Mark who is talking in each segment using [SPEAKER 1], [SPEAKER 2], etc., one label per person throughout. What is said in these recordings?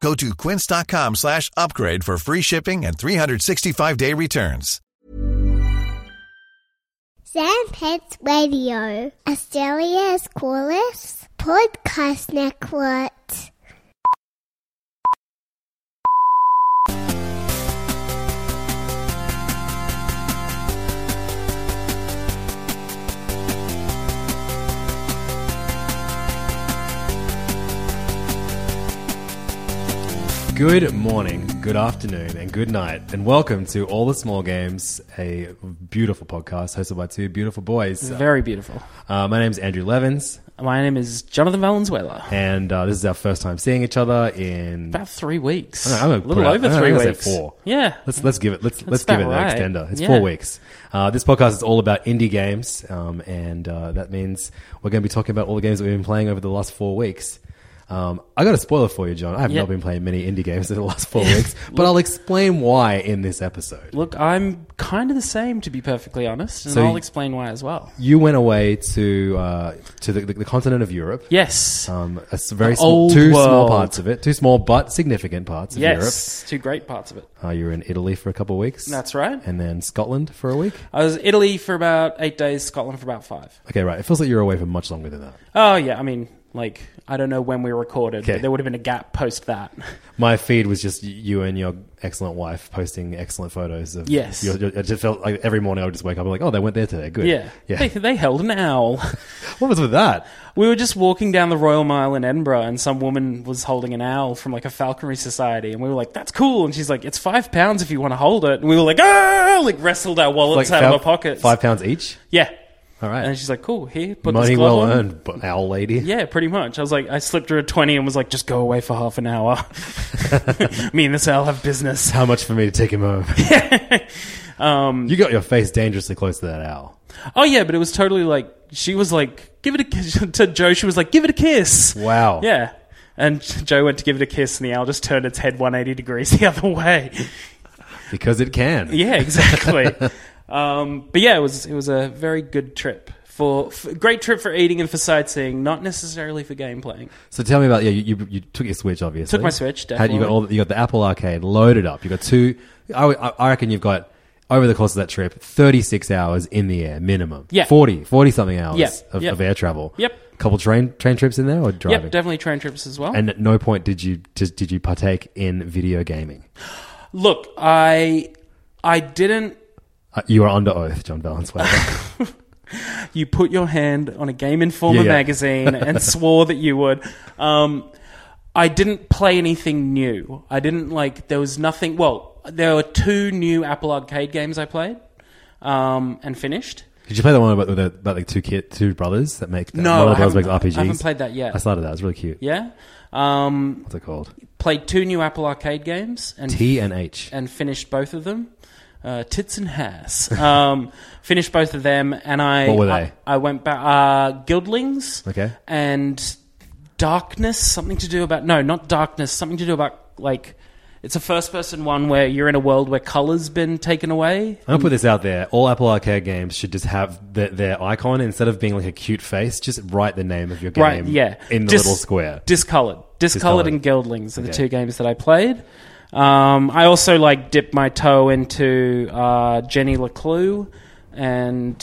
[SPEAKER 1] Go to quince.com slash upgrade for free shipping and 365-day returns.
[SPEAKER 2] Sandpets Radio, Australia's coolest podcast network.
[SPEAKER 3] Good morning, good afternoon, and good night, and welcome to All the Small Games, a beautiful podcast hosted by two beautiful boys.
[SPEAKER 4] Very beautiful.
[SPEAKER 3] Uh, my name's Andrew Levins,
[SPEAKER 4] My name is Jonathan Valenzuela.
[SPEAKER 3] and uh, this is our first time seeing each other in
[SPEAKER 4] About three weeks.
[SPEAKER 3] I don't know, I'm
[SPEAKER 4] a
[SPEAKER 3] gonna
[SPEAKER 4] little
[SPEAKER 3] put it-
[SPEAKER 4] over
[SPEAKER 3] I don't know,
[SPEAKER 4] three
[SPEAKER 3] I think I said
[SPEAKER 4] weeks.
[SPEAKER 3] four.
[SPEAKER 4] Yeah.
[SPEAKER 3] Let's let's give it let's let's give
[SPEAKER 4] about
[SPEAKER 3] it an
[SPEAKER 4] right.
[SPEAKER 3] extender. It's
[SPEAKER 4] Yeah.
[SPEAKER 3] four weeks. Uh, this podcast is all about indie games, um, and uh, that means we're going to be talking about all the games that we've been playing over the last four weeks. Um, I got a spoiler for you, John. I have
[SPEAKER 4] Yeah.
[SPEAKER 3] not been playing many indie games in the last four weeks, but I'll explain why in this episode.
[SPEAKER 4] Look, I'm kind of the same, to be perfectly honest, and
[SPEAKER 3] So
[SPEAKER 4] I'll
[SPEAKER 3] you-
[SPEAKER 4] explain why as well.
[SPEAKER 3] You went away to uh, to the, the, the continent of Europe.
[SPEAKER 4] Yes.
[SPEAKER 3] Um, a s- very
[SPEAKER 4] The
[SPEAKER 3] small,
[SPEAKER 4] old
[SPEAKER 3] two small
[SPEAKER 4] world.
[SPEAKER 3] parts of it, two small but significant parts of
[SPEAKER 4] yes. Two great parts of it.
[SPEAKER 3] Europe. Uh, you were in Italy for a couple of weeks.
[SPEAKER 4] That's right.
[SPEAKER 3] And then Scotland for a week.
[SPEAKER 4] I was Italy for about eight days, Scotland for about five.
[SPEAKER 3] Okay, right. It feels like you were away for much longer than that.
[SPEAKER 4] Oh, yeah. I mean, like, I don't know when we recorded,
[SPEAKER 3] Okay.
[SPEAKER 4] but there would have been a gap post that.
[SPEAKER 3] My feed was just you and your excellent wife posting excellent photos of.
[SPEAKER 4] Yes.
[SPEAKER 3] Your, your, it just felt like every morning I would just wake up and like, oh, they went there today. Good.
[SPEAKER 4] yeah.
[SPEAKER 3] Yeah.
[SPEAKER 4] They, they held an owl.
[SPEAKER 3] what was with that?
[SPEAKER 4] We were just walking down the Royal Mile in Edinburgh, and some woman was holding an owl from like a falconry society, and we were like, "That's cool," and she's like, "It's five pounds if you want to hold it," and we were like, "Ah!" Like wrestled our wallets out
[SPEAKER 3] fou-
[SPEAKER 4] of our pockets.
[SPEAKER 3] Five pounds each.
[SPEAKER 4] yeah.
[SPEAKER 3] All
[SPEAKER 4] And
[SPEAKER 3] right.
[SPEAKER 4] she's like, "Cool, here, put
[SPEAKER 3] Money
[SPEAKER 4] this glove
[SPEAKER 3] well
[SPEAKER 4] on."
[SPEAKER 3] earned, but owl lady.
[SPEAKER 4] Yeah, pretty much. I was like, I slipped her a twenty and was like, "Just go away for half an hour." Me and this owl have business.
[SPEAKER 3] How much for me to take him home? um, you got your face dangerously close to that owl.
[SPEAKER 4] Oh yeah, but it was totally like she was like, "Give it a kiss." to Joe. She was like, "Give it a kiss."
[SPEAKER 3] Wow.
[SPEAKER 4] Yeah. And Joe went to give it a kiss, and the owl just turned its head 180 degrees the other way.
[SPEAKER 3] Because it can.
[SPEAKER 4] Yeah, exactly. um, but yeah, it was it was a very good trip for, f great trip for eating and for sightseeing, not necessarily for game playing.
[SPEAKER 3] So tell me about yeah. You, you, you took your Switch, obviously.
[SPEAKER 4] Took my Switch,
[SPEAKER 3] Had- you
[SPEAKER 4] definitely.
[SPEAKER 3] got all the, you got the Apple Arcade loaded up. You got two. I, I I reckon you've got over the course of that trip, thirty six hours in the air minimum.
[SPEAKER 4] Yeah.
[SPEAKER 3] 40, 40 something hours
[SPEAKER 4] Yeah,
[SPEAKER 3] Of,
[SPEAKER 4] yeah.
[SPEAKER 3] of air travel.
[SPEAKER 4] Yep.
[SPEAKER 3] Couple train train trips in there or driving.
[SPEAKER 4] Yep, definitely train trips as well.
[SPEAKER 3] and at no point did you did, did you partake in video gaming.
[SPEAKER 4] Look, I I didn't.
[SPEAKER 3] Uh, you are under oath, John Valenzuela.
[SPEAKER 4] You put your hand on a Game Informer
[SPEAKER 3] Yeah, yeah.
[SPEAKER 4] magazine and swore that you would. Um, I didn't play anything new. I didn't like. There was nothing. Well, there were two new Apple Arcade games I played um, and finished.
[SPEAKER 3] did you play the one about the, about the two kid two brothers that make
[SPEAKER 4] No,
[SPEAKER 3] one
[SPEAKER 4] I
[SPEAKER 3] of the brothers makes
[SPEAKER 4] haven't-
[SPEAKER 3] RPGs?
[SPEAKER 4] I haven't played that yet.
[SPEAKER 3] I started that. It's really cute.
[SPEAKER 4] Yeah. Um,
[SPEAKER 3] What's it called?
[SPEAKER 4] played two new Apple Arcade games and
[SPEAKER 3] T and H.
[SPEAKER 4] and finished both of them. Uh, tits and Hass. Um, finished both of them, and I.
[SPEAKER 3] What were
[SPEAKER 4] I-
[SPEAKER 3] they?
[SPEAKER 4] I, went back. Uh, Guildlings.
[SPEAKER 3] Okay.
[SPEAKER 4] And Darkness. Something to do about no, not Darkness. Something to do about like. It's a first-person one where you're in a world where color's been taken away.
[SPEAKER 3] I'm gonna put this out there. All Apple Arcade games should just have the, their icon instead of being like a cute face, just write the name of your game
[SPEAKER 4] right? Yeah.
[SPEAKER 3] in the
[SPEAKER 4] Dis-
[SPEAKER 3] little square.
[SPEAKER 4] Discolored. Discolored
[SPEAKER 3] Discolored.
[SPEAKER 4] and Guildlings are the
[SPEAKER 3] Okay.
[SPEAKER 4] two games that I played. Um, I also like dipped my toe into uh, Jenny LeClue, And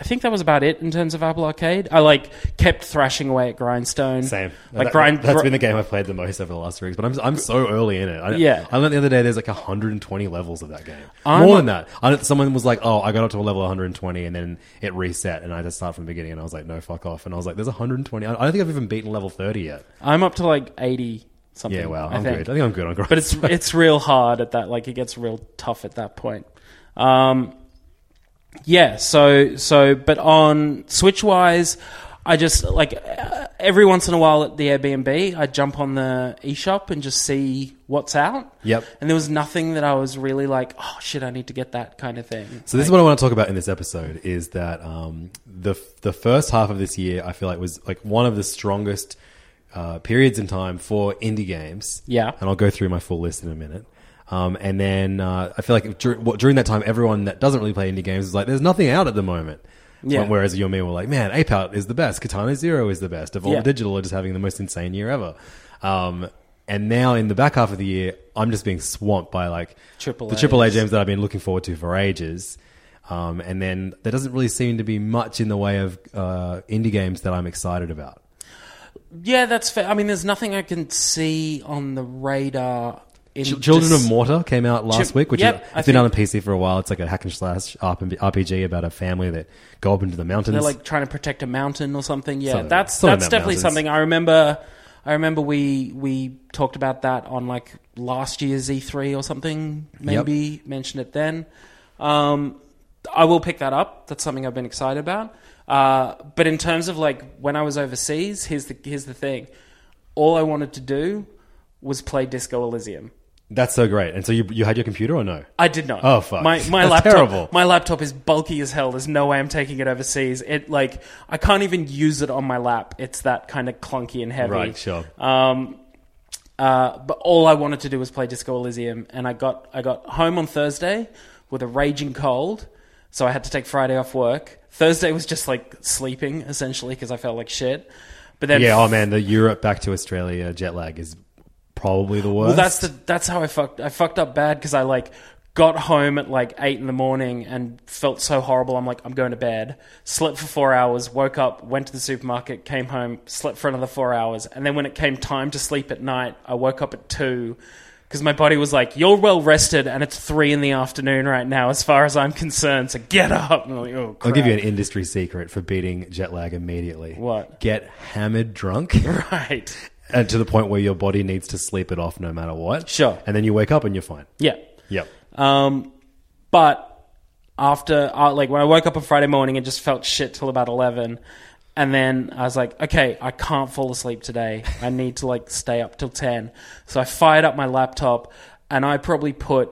[SPEAKER 4] I think that was about it in terms of Apple Arcade. I like kept thrashing away at Grindstone.
[SPEAKER 3] Same.
[SPEAKER 4] Like
[SPEAKER 3] that,
[SPEAKER 4] grind.
[SPEAKER 3] has
[SPEAKER 4] gr-
[SPEAKER 3] been the game I've played the most over the last three weeks, but I'm, I'm so early in it. I,
[SPEAKER 4] Yeah.
[SPEAKER 3] I learned the other day there's like 120 levels of that game.
[SPEAKER 4] I'm-
[SPEAKER 3] More than that. I, someone was like, oh, I got up to a level 120 and then it reset and I just start from the beginning and I was like, no, fuck off. And I was like, there's 120. I, I don't think I've even beaten level 30 yet.
[SPEAKER 4] I'm up to like eighty something.
[SPEAKER 3] Yeah, wow.
[SPEAKER 4] I
[SPEAKER 3] I'm
[SPEAKER 4] think.
[SPEAKER 3] good. I think I'm good on grind.
[SPEAKER 4] but it's it's real hard at that. Like it gets real tough at that point. Um, yeah. So so, but on Switch wise, I just like uh, every once in a while at the Airbnb, I jump on the eShop and just see what's out.
[SPEAKER 3] Yep.
[SPEAKER 4] And there was nothing that I was really like, oh shit, I need to get that kind of thing.
[SPEAKER 3] So this is what I want to talk about in this episode is that um, the the first half of this year I feel like was like one of the strongest uh, periods in time for indie games.
[SPEAKER 4] Yeah.
[SPEAKER 3] and I'll go through my full list in a minute. Um, and then uh, I feel like dur- what- during that time, everyone that doesn't really play indie games is like, "There's nothing out at the moment."
[SPEAKER 4] Yeah.
[SPEAKER 3] When- Whereas you and me were like, "Man, Ape Out is the best. Katana Zero is the best. Evolve
[SPEAKER 4] Yeah.
[SPEAKER 3] Digital are just having the most insane year ever." Um, and now in the back half of the year, I'm just being swamped by like
[SPEAKER 4] Triple
[SPEAKER 3] the
[SPEAKER 4] A's.
[SPEAKER 3] triple A games that I've been looking forward to for ages. Um, and then there doesn't really seem to be much in the way of uh, indie games that I'm excited about.
[SPEAKER 4] Yeah, that's fair. I mean, there's nothing I can see on the radar. In
[SPEAKER 3] Ch- Children
[SPEAKER 4] Dec-
[SPEAKER 3] of Mortar came out last
[SPEAKER 4] Ch-
[SPEAKER 3] week, which
[SPEAKER 4] yep,
[SPEAKER 3] is,
[SPEAKER 4] I
[SPEAKER 3] it's been
[SPEAKER 4] think-
[SPEAKER 3] out on PC for a while. It's like a hack and slash RPG about a family that go up into the mountains.
[SPEAKER 4] They're like trying to protect a mountain or something. Yeah,
[SPEAKER 3] Something-
[SPEAKER 4] that's
[SPEAKER 3] something
[SPEAKER 4] that's
[SPEAKER 3] about
[SPEAKER 4] definitely
[SPEAKER 3] mountains.
[SPEAKER 4] something I remember. I remember we we talked about that on like last year's E3 or something. Maybe mentioned it then. Um, I will pick that up. That's something I've been excited about. Uh, but in terms of like when I was overseas, here's the here's the thing. All I wanted to do was play Disco Elysium.
[SPEAKER 3] That's so great. And so you, you had your computer or no?
[SPEAKER 4] I did not.
[SPEAKER 3] Oh, fuck.
[SPEAKER 4] My my
[SPEAKER 3] That's
[SPEAKER 4] laptop.
[SPEAKER 3] terrible.
[SPEAKER 4] My laptop is bulky as hell. There's no way I'm taking it overseas. It like I can't even use it on my lap. It's that kind of clunky and heavy.
[SPEAKER 3] Right, sure.
[SPEAKER 4] Um, uh, but all I wanted to do was play Disco Elysium, and I got I got home on Thursday with a raging cold, so I had to take Friday off work. Thursday was just like sleeping essentially because I felt like shit. But then
[SPEAKER 3] yeah, oh man, the Europe back to Australia jet lag is probably the worst.
[SPEAKER 4] Well, that's the that's how I fucked. I fucked up bad because I like got home at like eight in the morning and felt so horrible. I'm like, I'm going to bed. Slept for four hours. Woke up. Went to the supermarket. Came home. Slept for another four hours. And then when it came time to sleep at night, I woke up at two. Because my body was like, "You're well rested, and it's three in the afternoon right now, as far as I'm concerned. So get up." And I'm like, oh,
[SPEAKER 3] I'll
[SPEAKER 4] crap.
[SPEAKER 3] give you an industry secret for beating jet lag immediately.
[SPEAKER 4] What?
[SPEAKER 3] Get hammered drunk.
[SPEAKER 4] right.
[SPEAKER 3] and to the point where your body needs to sleep it off no matter what.
[SPEAKER 4] Sure.
[SPEAKER 3] And then you wake up and you're fine.
[SPEAKER 4] Yeah.
[SPEAKER 3] Yep.
[SPEAKER 4] Um, but after, uh, like, when I woke up on Friday morning, it just felt shit till about 11. And then I was like, okay, I can't fall asleep today. I need to, like, stay up till 10. So I fired up my laptop and I probably put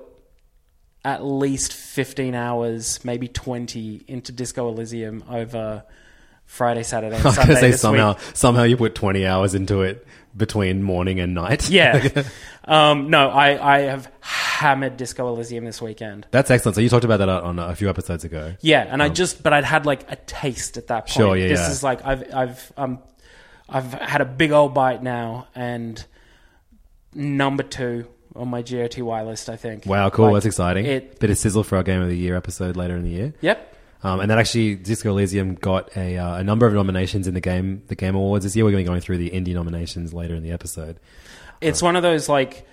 [SPEAKER 4] at least 15 hours, maybe 20, into Disco Elysium over Friday, Saturday, and
[SPEAKER 3] I was
[SPEAKER 4] Sunday.
[SPEAKER 3] gonna say
[SPEAKER 4] this week.
[SPEAKER 3] somehow somehow you put twenty hours into it between morning and night.
[SPEAKER 4] Yeah. um, no, I, I have hammered Disco Elysium this weekend.
[SPEAKER 3] That's excellent. So you talked about that on a few episodes ago.
[SPEAKER 4] Yeah, and I just but I'd had like a taste at that point.
[SPEAKER 3] Um, Sure, yeah,
[SPEAKER 4] this
[SPEAKER 3] yeah.
[SPEAKER 4] is like I've I've um I've had a big old bite now and number two on my GOTY list, I think.
[SPEAKER 3] Wow, cool.
[SPEAKER 4] Like,
[SPEAKER 3] That's exciting.
[SPEAKER 4] It
[SPEAKER 3] Bit of sizzle for our game of the year episode later in the year.
[SPEAKER 4] Yep.
[SPEAKER 3] Um, and that actually, Disco Elysium got a, uh, a number of nominations in the game the Game Awards this year. We're going to be going through the indie nominations later in the episode.
[SPEAKER 4] It's one of those like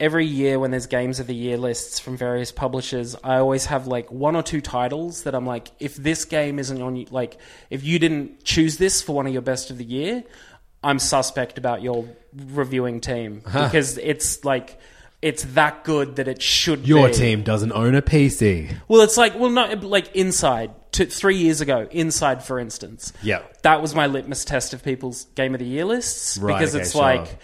[SPEAKER 4] every year when there's games of the year lists from various publishers, I always have like one or two titles that I'm like, if this game isn't on, like if you didn't choose this for one of your best of the year, I'm suspect about your reviewing team because it's like it's that good that it should.
[SPEAKER 3] Your
[SPEAKER 4] be.
[SPEAKER 3] team doesn't own a PC.
[SPEAKER 4] Well, it's like well, no, like Inside. T three years ago, Inside, for instance.
[SPEAKER 3] Yeah.
[SPEAKER 4] that was my litmus test of people's game of the year lists
[SPEAKER 3] Right,
[SPEAKER 4] because
[SPEAKER 3] okay,
[SPEAKER 4] it's
[SPEAKER 3] sure.
[SPEAKER 4] like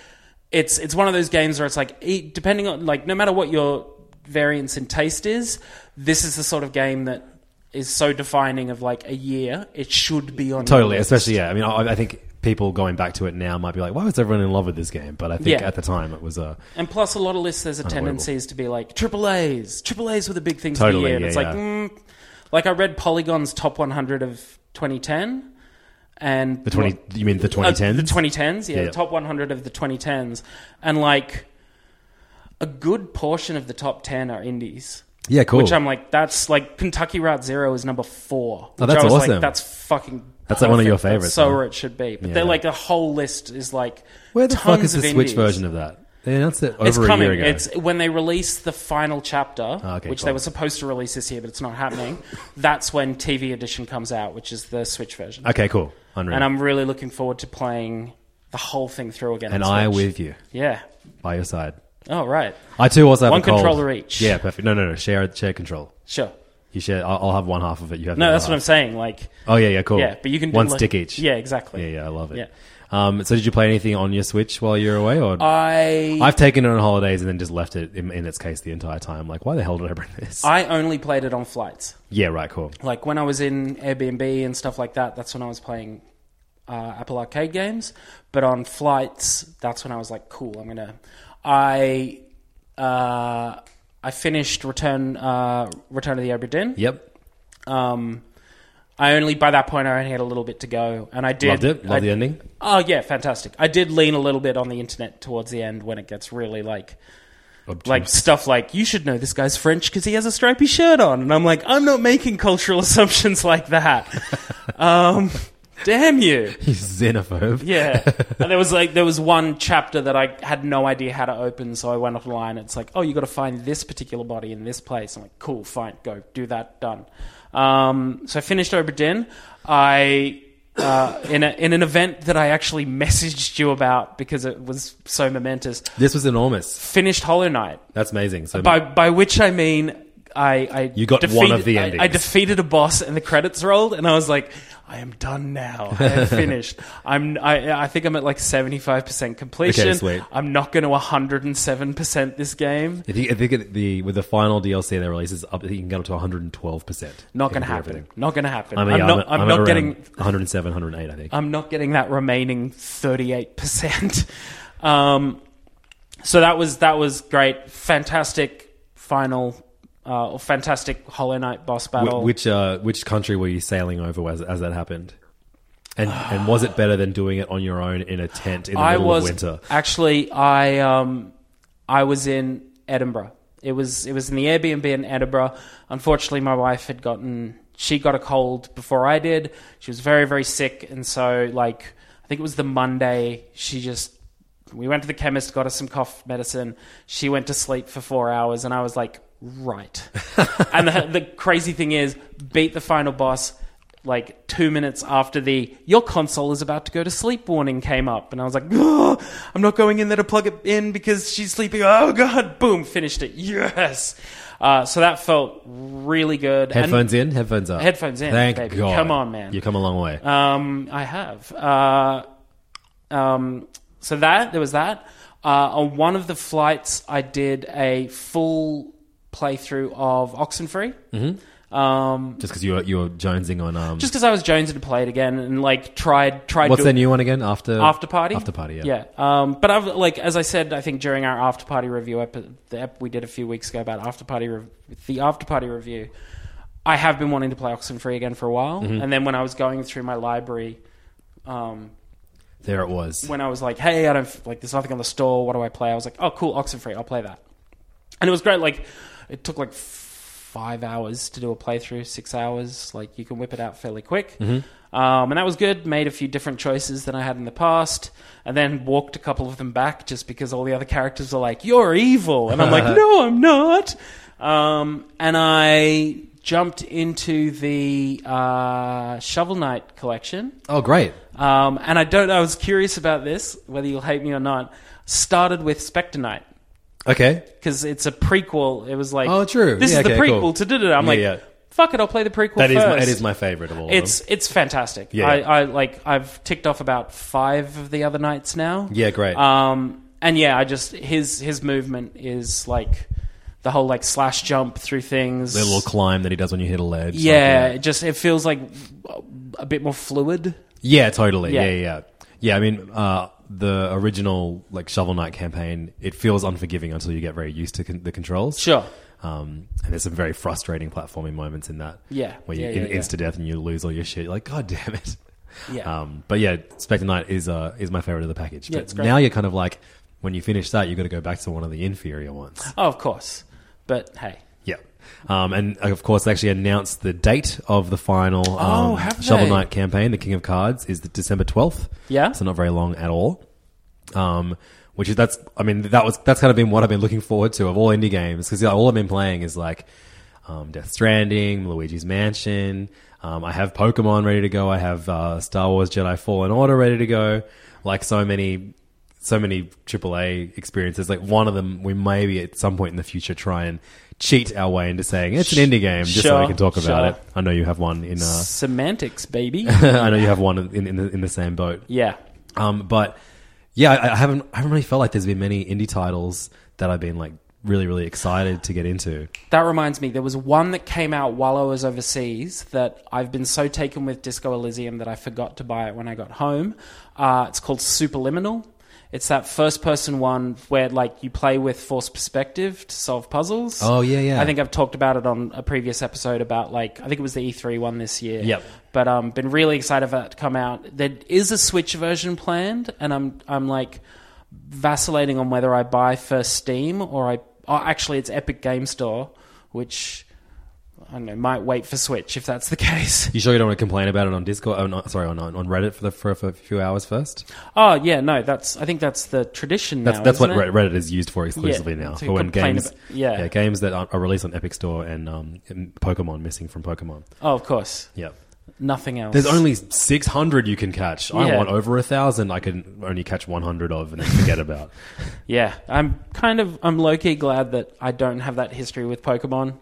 [SPEAKER 4] it's it's one of those games where it's like e- depending on like no matter what your variance in taste is, this is the sort of game that is so defining of like a year. It should be on your
[SPEAKER 3] Totally,
[SPEAKER 4] list.
[SPEAKER 3] especially yeah. I mean, I, I think people going back to it now might be like, "Why was everyone in love with this game?" But I think
[SPEAKER 4] Yeah.
[SPEAKER 3] at the time it was a
[SPEAKER 4] And plus, a lot of lists there's a tendency is to be like triple A's. Triple A's were the big things of the
[SPEAKER 3] Totally,
[SPEAKER 4] year. And
[SPEAKER 3] yeah,
[SPEAKER 4] it's like,
[SPEAKER 3] yeah.
[SPEAKER 4] mm, like I read Polygon's top 100 of 2010, and
[SPEAKER 3] the twenty. you mean the twenty ten?
[SPEAKER 4] Uh, the 2010s, yeah,
[SPEAKER 3] Yeah.
[SPEAKER 4] the top 100 of the 2010s, and like a good portion of the top 10 are indies.
[SPEAKER 3] Yeah, cool.
[SPEAKER 4] Which I'm like, that's like Kentucky Route Zero is number four.
[SPEAKER 3] Oh,
[SPEAKER 4] Which
[SPEAKER 3] that's
[SPEAKER 4] I was
[SPEAKER 3] awesome.
[SPEAKER 4] Like, that's fucking.
[SPEAKER 3] That's, like, one of
[SPEAKER 4] perfect.
[SPEAKER 3] your
[SPEAKER 4] That's
[SPEAKER 3] favorites,
[SPEAKER 4] so
[SPEAKER 3] huh?
[SPEAKER 4] where it should be. But
[SPEAKER 3] Yeah.
[SPEAKER 4] they're like a whole list is like
[SPEAKER 3] Where the
[SPEAKER 4] tons
[SPEAKER 3] fuck is the
[SPEAKER 4] of
[SPEAKER 3] Switch
[SPEAKER 4] indies.
[SPEAKER 3] version of that? They announced it over
[SPEAKER 4] It's
[SPEAKER 3] a
[SPEAKER 4] coming.
[SPEAKER 3] year ago.
[SPEAKER 4] It's when they release the final chapter,
[SPEAKER 3] Ah, okay,
[SPEAKER 4] which
[SPEAKER 3] cool.
[SPEAKER 4] they were supposed to release this year, but it's not happening. that's when TV edition comes out, which is the Switch version.
[SPEAKER 3] okay, cool. Unreal.
[SPEAKER 4] And I'm really looking forward to playing the whole thing through again.
[SPEAKER 3] and
[SPEAKER 4] on
[SPEAKER 3] I
[SPEAKER 4] Switch.
[SPEAKER 3] with you
[SPEAKER 4] Yeah.
[SPEAKER 3] by your side.
[SPEAKER 4] Oh right.
[SPEAKER 3] I too also have
[SPEAKER 4] One
[SPEAKER 3] a cold.
[SPEAKER 4] controller each.
[SPEAKER 3] Yeah, perfect. No, no, no. Share share control.
[SPEAKER 4] Sure.
[SPEAKER 3] You share. I'll, I'll have one half of it. You have the
[SPEAKER 4] No,
[SPEAKER 3] other
[SPEAKER 4] that's what I'm
[SPEAKER 3] half.
[SPEAKER 4] saying. Like,
[SPEAKER 3] Oh yeah, yeah, Ah. cool.
[SPEAKER 4] yeah, but you can do
[SPEAKER 3] one
[SPEAKER 4] like-
[SPEAKER 3] stick each.
[SPEAKER 4] Yeah, exactly.
[SPEAKER 3] yeah, yeah. I love it.
[SPEAKER 4] Yeah.
[SPEAKER 3] Um, so did you play anything on your Switch while you were away, or
[SPEAKER 4] I
[SPEAKER 3] I've taken it on holidays and then just left it in, in its case the entire time? Like, why the hell did I bring this?
[SPEAKER 4] I only played it on flights.
[SPEAKER 3] yeah, right, cool.
[SPEAKER 4] Like when I was in Airbnb and stuff like that, that's when I was playing uh, Apple Arcade games. But on flights, that's when I was like, cool, I'm gonna. I uh, I finished Return uh, Return of the Obra Dinn.
[SPEAKER 3] Yep,
[SPEAKER 4] Um, I only by that point I only had a little bit to go, and I did.
[SPEAKER 3] loved it. Loved
[SPEAKER 4] I-
[SPEAKER 3] the ending.
[SPEAKER 4] Oh yeah, fantastic. I did lean a little bit on the internet towards the end when it gets really like
[SPEAKER 3] Obtuse.
[SPEAKER 4] like stuff like you should know this guy's French because he has a stripy shirt on, and I'm like, I'm not making cultural assumptions like that. um, damn you.
[SPEAKER 3] He's xenophobe.
[SPEAKER 4] Yeah, and there was like there was one chapter that I had no idea how to open, so I went online. It's like, oh, you got to find this particular body in this place. I'm like, cool, fine, go do that, done. Um, so I finished Oberdin. I uh, in a, in an event that I actually messaged you about because it was so momentous.
[SPEAKER 3] This was enormous.
[SPEAKER 4] Finished Hollow Knight,
[SPEAKER 3] That's amazing. So
[SPEAKER 4] by by which I mean. I, I
[SPEAKER 3] You got one of the
[SPEAKER 4] I- I,
[SPEAKER 3] endings.
[SPEAKER 4] defeated a boss and the credits rolled and I was like, I am done now. I am finished. I'm I, I think I'm at like seventy five percent completion.
[SPEAKER 3] Okay, sweet.
[SPEAKER 4] I'm not going to hundred and seven percent this game.
[SPEAKER 3] I think, I think it- the with the final DLC they releases up, you can get up to 112. percent
[SPEAKER 4] Not going to happen. Not going to happen.
[SPEAKER 3] I
[SPEAKER 4] I'm,
[SPEAKER 3] mean, yeah, I'm,
[SPEAKER 4] not. I'm,
[SPEAKER 3] I'm
[SPEAKER 4] not
[SPEAKER 3] around
[SPEAKER 4] getting.
[SPEAKER 3] 107, 108. I think.
[SPEAKER 4] I'm not getting that remaining thirty eight percent. Um, so that was that was great. Fantastic final. Uh, or fantastic Hollow Knight boss
[SPEAKER 3] Wh-
[SPEAKER 4] battle.
[SPEAKER 3] which uh, which country were you sailing over as, as that happened? And and was it better than doing it on your own in a tent in the
[SPEAKER 4] I
[SPEAKER 3] middle
[SPEAKER 4] was
[SPEAKER 3] of winter?
[SPEAKER 4] actually I um I was in Edinburgh. It was it was in the Airbnb in Edinburgh. Unfortunately, my wife had gotten she got a cold before I did. She was very very sick, and so like I think it was the Monday she just we went to the chemist, got her some cough medicine. She went to sleep for four hours, and I was like, right. and the, the crazy thing is, beat the final boss like two minutes after the your console is about to go to sleep warning came up, and I was like, "Ugh, I'm not going in there to plug it in because she's sleeping. Oh god! Boom! Finished it. Yes. Uh, so that felt really good. And-
[SPEAKER 3] Headphones in, headphones up.
[SPEAKER 4] Headphones in,
[SPEAKER 3] Thank
[SPEAKER 4] baby.
[SPEAKER 3] God.
[SPEAKER 4] Come on, man.
[SPEAKER 3] You come a long way.
[SPEAKER 4] Um, I have. Uh, um, so that there was that. Uh, on one of the flights, I did a full playthrough of Oxenfree. Mm-hmm. Um,
[SPEAKER 3] just because you were you were jonesing on um.
[SPEAKER 4] just because I was jonesing to play it again and like tried tried.
[SPEAKER 3] what's
[SPEAKER 4] to-
[SPEAKER 3] their new one again? After
[SPEAKER 4] after party?
[SPEAKER 3] After party. Yeah.
[SPEAKER 4] Yeah. Um, but I've like as I said, I think during our after party review, epi- the ep we did a few weeks ago about after party, rev the after party review. I have been wanting to play Oxenfree again for a while,
[SPEAKER 3] Mm-hmm.
[SPEAKER 4] and then when I was going through my library. Um,
[SPEAKER 3] There it was.
[SPEAKER 4] when I was like, hey, I don't f- like. There's nothing on the store. What do I play? I was like, oh, cool, Oxenfree. I'll play that. And it was great. Like, it took like f- five hours to do a playthrough, six hours. Like, you can whip it out fairly quick. Um, and that was good. Made a few different choices than I had in the past, and then walked a couple of them back just because all the other characters are like, you're evil, and I'm like, no, I'm not. Um, and I jumped into the uh, Shovel Knight collection.
[SPEAKER 3] oh, great.
[SPEAKER 4] Um, and I don't. I was curious about this, whether you'll hate me or not. Started with Spectre Knight
[SPEAKER 3] Okay.
[SPEAKER 4] because it's a prequel. It was like,
[SPEAKER 3] Oh, true.
[SPEAKER 4] This
[SPEAKER 3] Yeah,
[SPEAKER 4] is the
[SPEAKER 3] okay,
[SPEAKER 4] prequel
[SPEAKER 3] cool.
[SPEAKER 4] to did it. I'm
[SPEAKER 3] Yeah,
[SPEAKER 4] like,
[SPEAKER 3] yeah.
[SPEAKER 4] fuck it, I'll play the prequel.
[SPEAKER 3] That is
[SPEAKER 4] first.
[SPEAKER 3] my, it is my favorite of all.
[SPEAKER 4] It's
[SPEAKER 3] of
[SPEAKER 4] it's fantastic.
[SPEAKER 3] Yeah.
[SPEAKER 4] I, I like. I've ticked off about five of the other nights now.
[SPEAKER 3] Yeah, great.
[SPEAKER 4] Um, and yeah, I just his his movement is like the whole like slash jump through things.
[SPEAKER 3] them. the little climb that he does when you hit a ledge. like,
[SPEAKER 4] yeah, it just it feels like a bit more fluid.
[SPEAKER 3] Yeah, totally. Yeah,
[SPEAKER 4] Yeah.
[SPEAKER 3] yeah, yeah. Yeah, I mean, uh, the original like Shovel Knight campaign, it feels unforgiving until you get very used to con- the controls.
[SPEAKER 4] Sure.
[SPEAKER 3] Um, and there's some very frustrating platforming moments in that.
[SPEAKER 4] Yeah.
[SPEAKER 3] Where you
[SPEAKER 4] Yeah,
[SPEAKER 3] in,
[SPEAKER 4] yeah, yeah.
[SPEAKER 3] insta death and you lose all your shit. You're like, God damn it.
[SPEAKER 4] Yeah.
[SPEAKER 3] Um, but yeah, Spectre Knight is uh, is my favorite of the package.
[SPEAKER 4] Yeah,
[SPEAKER 3] but
[SPEAKER 4] it's great.
[SPEAKER 3] now you're kind of like, when you finish that, you've got to go back to one of the inferior ones.
[SPEAKER 4] Oh, of course. But hey.
[SPEAKER 3] Yeah. Um, and of course, they actually announced the date of the final um,
[SPEAKER 4] Oh, have
[SPEAKER 3] Shovel
[SPEAKER 4] they?
[SPEAKER 3] Knight campaign, the King of Cards, is the December twelfth.
[SPEAKER 4] Yeah.
[SPEAKER 3] so not very long at all. Um, which is that's I mean that was that's kind of been what I've been looking forward to of all indie games because all I've been playing is like um, Death Stranding, Luigi's Mansion. Um, I have Pokemon ready to go. I have uh, Star Wars Jedi Fallen Order ready to go. Like so many, so many AAA experiences. Like one of them, we maybe at some point in the future try and cheat our way into saying it's an indie game just so we
[SPEAKER 4] Sure,
[SPEAKER 3] can talk about
[SPEAKER 4] sure.
[SPEAKER 3] it. I know you have one in. Uh,
[SPEAKER 4] Semantics, baby.
[SPEAKER 3] I know you have one in in the, in the same boat.
[SPEAKER 4] yeah.
[SPEAKER 3] Um, but yeah, I, I haven't. I haven't really felt like there's been many indie titles that I've been like really, really excited to get into.
[SPEAKER 4] That reminds me, there was one that came out while I was overseas that I've been so taken with Disco Elysium that I forgot to buy it when I got home. Uh, it's called Superliminal. It's that first person one where like you play with forced perspective to solve puzzles.
[SPEAKER 3] Oh, yeah, yeah.
[SPEAKER 4] I think I've talked about it on a previous episode about like I think it was the E3 one this year.
[SPEAKER 3] Yep.
[SPEAKER 4] But um been really excited for that to come out. There is a Switch version planned and I'm I'm like vacillating on whether I buy first Steam or I. Oh, actually, it's Epic Game Store, which I don't know might wait for Switch if that's the case.
[SPEAKER 3] You sure you don't want to complain about it on Discord? Oh, no, sorry, on on Reddit for the for, for a few hours first.
[SPEAKER 4] Oh yeah, no, that's I think that's the tradition
[SPEAKER 3] That's
[SPEAKER 4] now.
[SPEAKER 3] that's what
[SPEAKER 4] isn't it?
[SPEAKER 3] Red- Reddit is used for exclusively
[SPEAKER 4] Yeah,
[SPEAKER 3] now.
[SPEAKER 4] to
[SPEAKER 3] For when
[SPEAKER 4] complain
[SPEAKER 3] games,
[SPEAKER 4] about- yeah.
[SPEAKER 3] games that are, are released on Epic Store and um, and Pokemon missing from Pokemon.
[SPEAKER 4] Oh, of course,
[SPEAKER 3] Yep.
[SPEAKER 4] nothing else.
[SPEAKER 3] There's only 600 you can catch. I
[SPEAKER 4] Yeah.
[SPEAKER 3] want over a thousand. I can only catch 100 of and then forget about.
[SPEAKER 4] yeah. I'm kind of I'm low key glad that I don't have that history with Pokemon,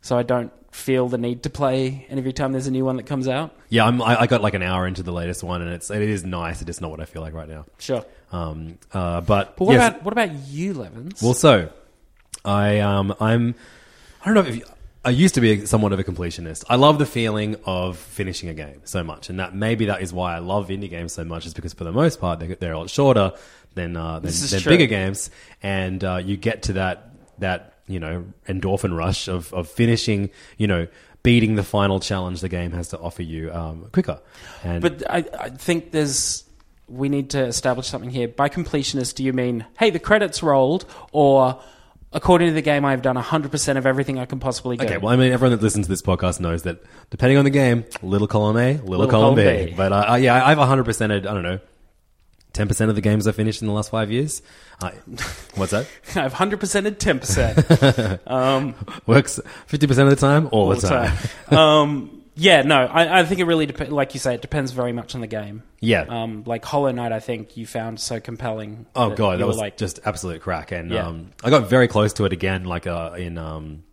[SPEAKER 4] so I don't feel the need to play every time there's a new one that comes out.
[SPEAKER 3] Yeah, I'm, I, I got like an hour into the latest one, and it's it is nice. It's just not what I feel like right now.
[SPEAKER 4] Sure,
[SPEAKER 3] Um, uh, but
[SPEAKER 4] but what
[SPEAKER 3] yes.
[SPEAKER 4] about what about you, Levins?
[SPEAKER 3] Well, so I um I'm I don't know if you, I used to be somewhat of a completionist. I love the feeling of finishing a game so much, and that maybe that is why I love indie games so much. Is because for the most part they're, they're a lot shorter than uh, than,
[SPEAKER 4] This is
[SPEAKER 3] than
[SPEAKER 4] true.
[SPEAKER 3] bigger games, and uh, you get to that that you know endorphin rush of of finishing you know. Beating the final challenge the game has to offer you um, quicker, and
[SPEAKER 4] But I, I think there's we need to establish something here. By completionist, do you mean hey the credits rolled, or according to the game I've done 100% of everything I can possibly do?
[SPEAKER 3] Okay, well, I mean, everyone that listens to this podcast knows that depending on the game, little column A, little, column,
[SPEAKER 4] column
[SPEAKER 3] B.
[SPEAKER 4] B.
[SPEAKER 3] But uh, yeah, I've 100%ed, I don't know, 10% of the games I've finished in the last five years. I, what's that?
[SPEAKER 4] I've 100%ed 10%.
[SPEAKER 3] Works 50% of the time, all,
[SPEAKER 4] all
[SPEAKER 3] the time.
[SPEAKER 4] um, yeah, no, I, I think it really depends. Like you say, it depends very much on the game.
[SPEAKER 3] Yeah.
[SPEAKER 4] Um, like Hollow Knight, I think you found so compelling.
[SPEAKER 3] oh, God,
[SPEAKER 4] you
[SPEAKER 3] that
[SPEAKER 4] were
[SPEAKER 3] was
[SPEAKER 4] like
[SPEAKER 3] just absolute crack. And
[SPEAKER 4] Yeah.
[SPEAKER 3] um, I got very close to it again, like uh, in um,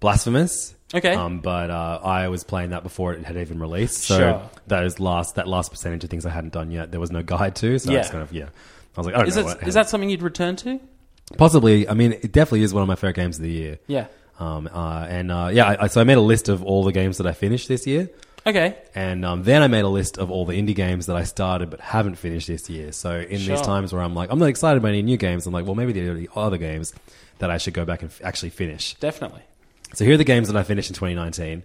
[SPEAKER 3] Blasphemous.
[SPEAKER 4] Okay.
[SPEAKER 3] Um, but uh, I was playing that before it had even released. So
[SPEAKER 4] Sure.
[SPEAKER 3] those last, that last percentage of things I hadn't done yet, there was no guide to. So I
[SPEAKER 4] Yeah.
[SPEAKER 3] just kind of, yeah. I was like, I don't
[SPEAKER 4] Is,
[SPEAKER 3] know.
[SPEAKER 4] it,
[SPEAKER 3] what
[SPEAKER 4] is
[SPEAKER 3] happened.
[SPEAKER 4] that something you'd return to?
[SPEAKER 3] Possibly. I mean, it definitely is one of my favorite games of the year.
[SPEAKER 4] Yeah.
[SPEAKER 3] Um, uh, and uh, yeah, I, I- so I made a list of all the games that I finished this year,
[SPEAKER 4] Okay.
[SPEAKER 3] and um, then I made a list of all the indie games that I started but haven't finished this year. So in
[SPEAKER 4] Sure.
[SPEAKER 3] these times where I'm like, I'm not excited about any new games, I'm like, well, maybe there are the other games that I should go back and f- actually finish.
[SPEAKER 4] Definitely.
[SPEAKER 3] So here are the games that I finished in 2019.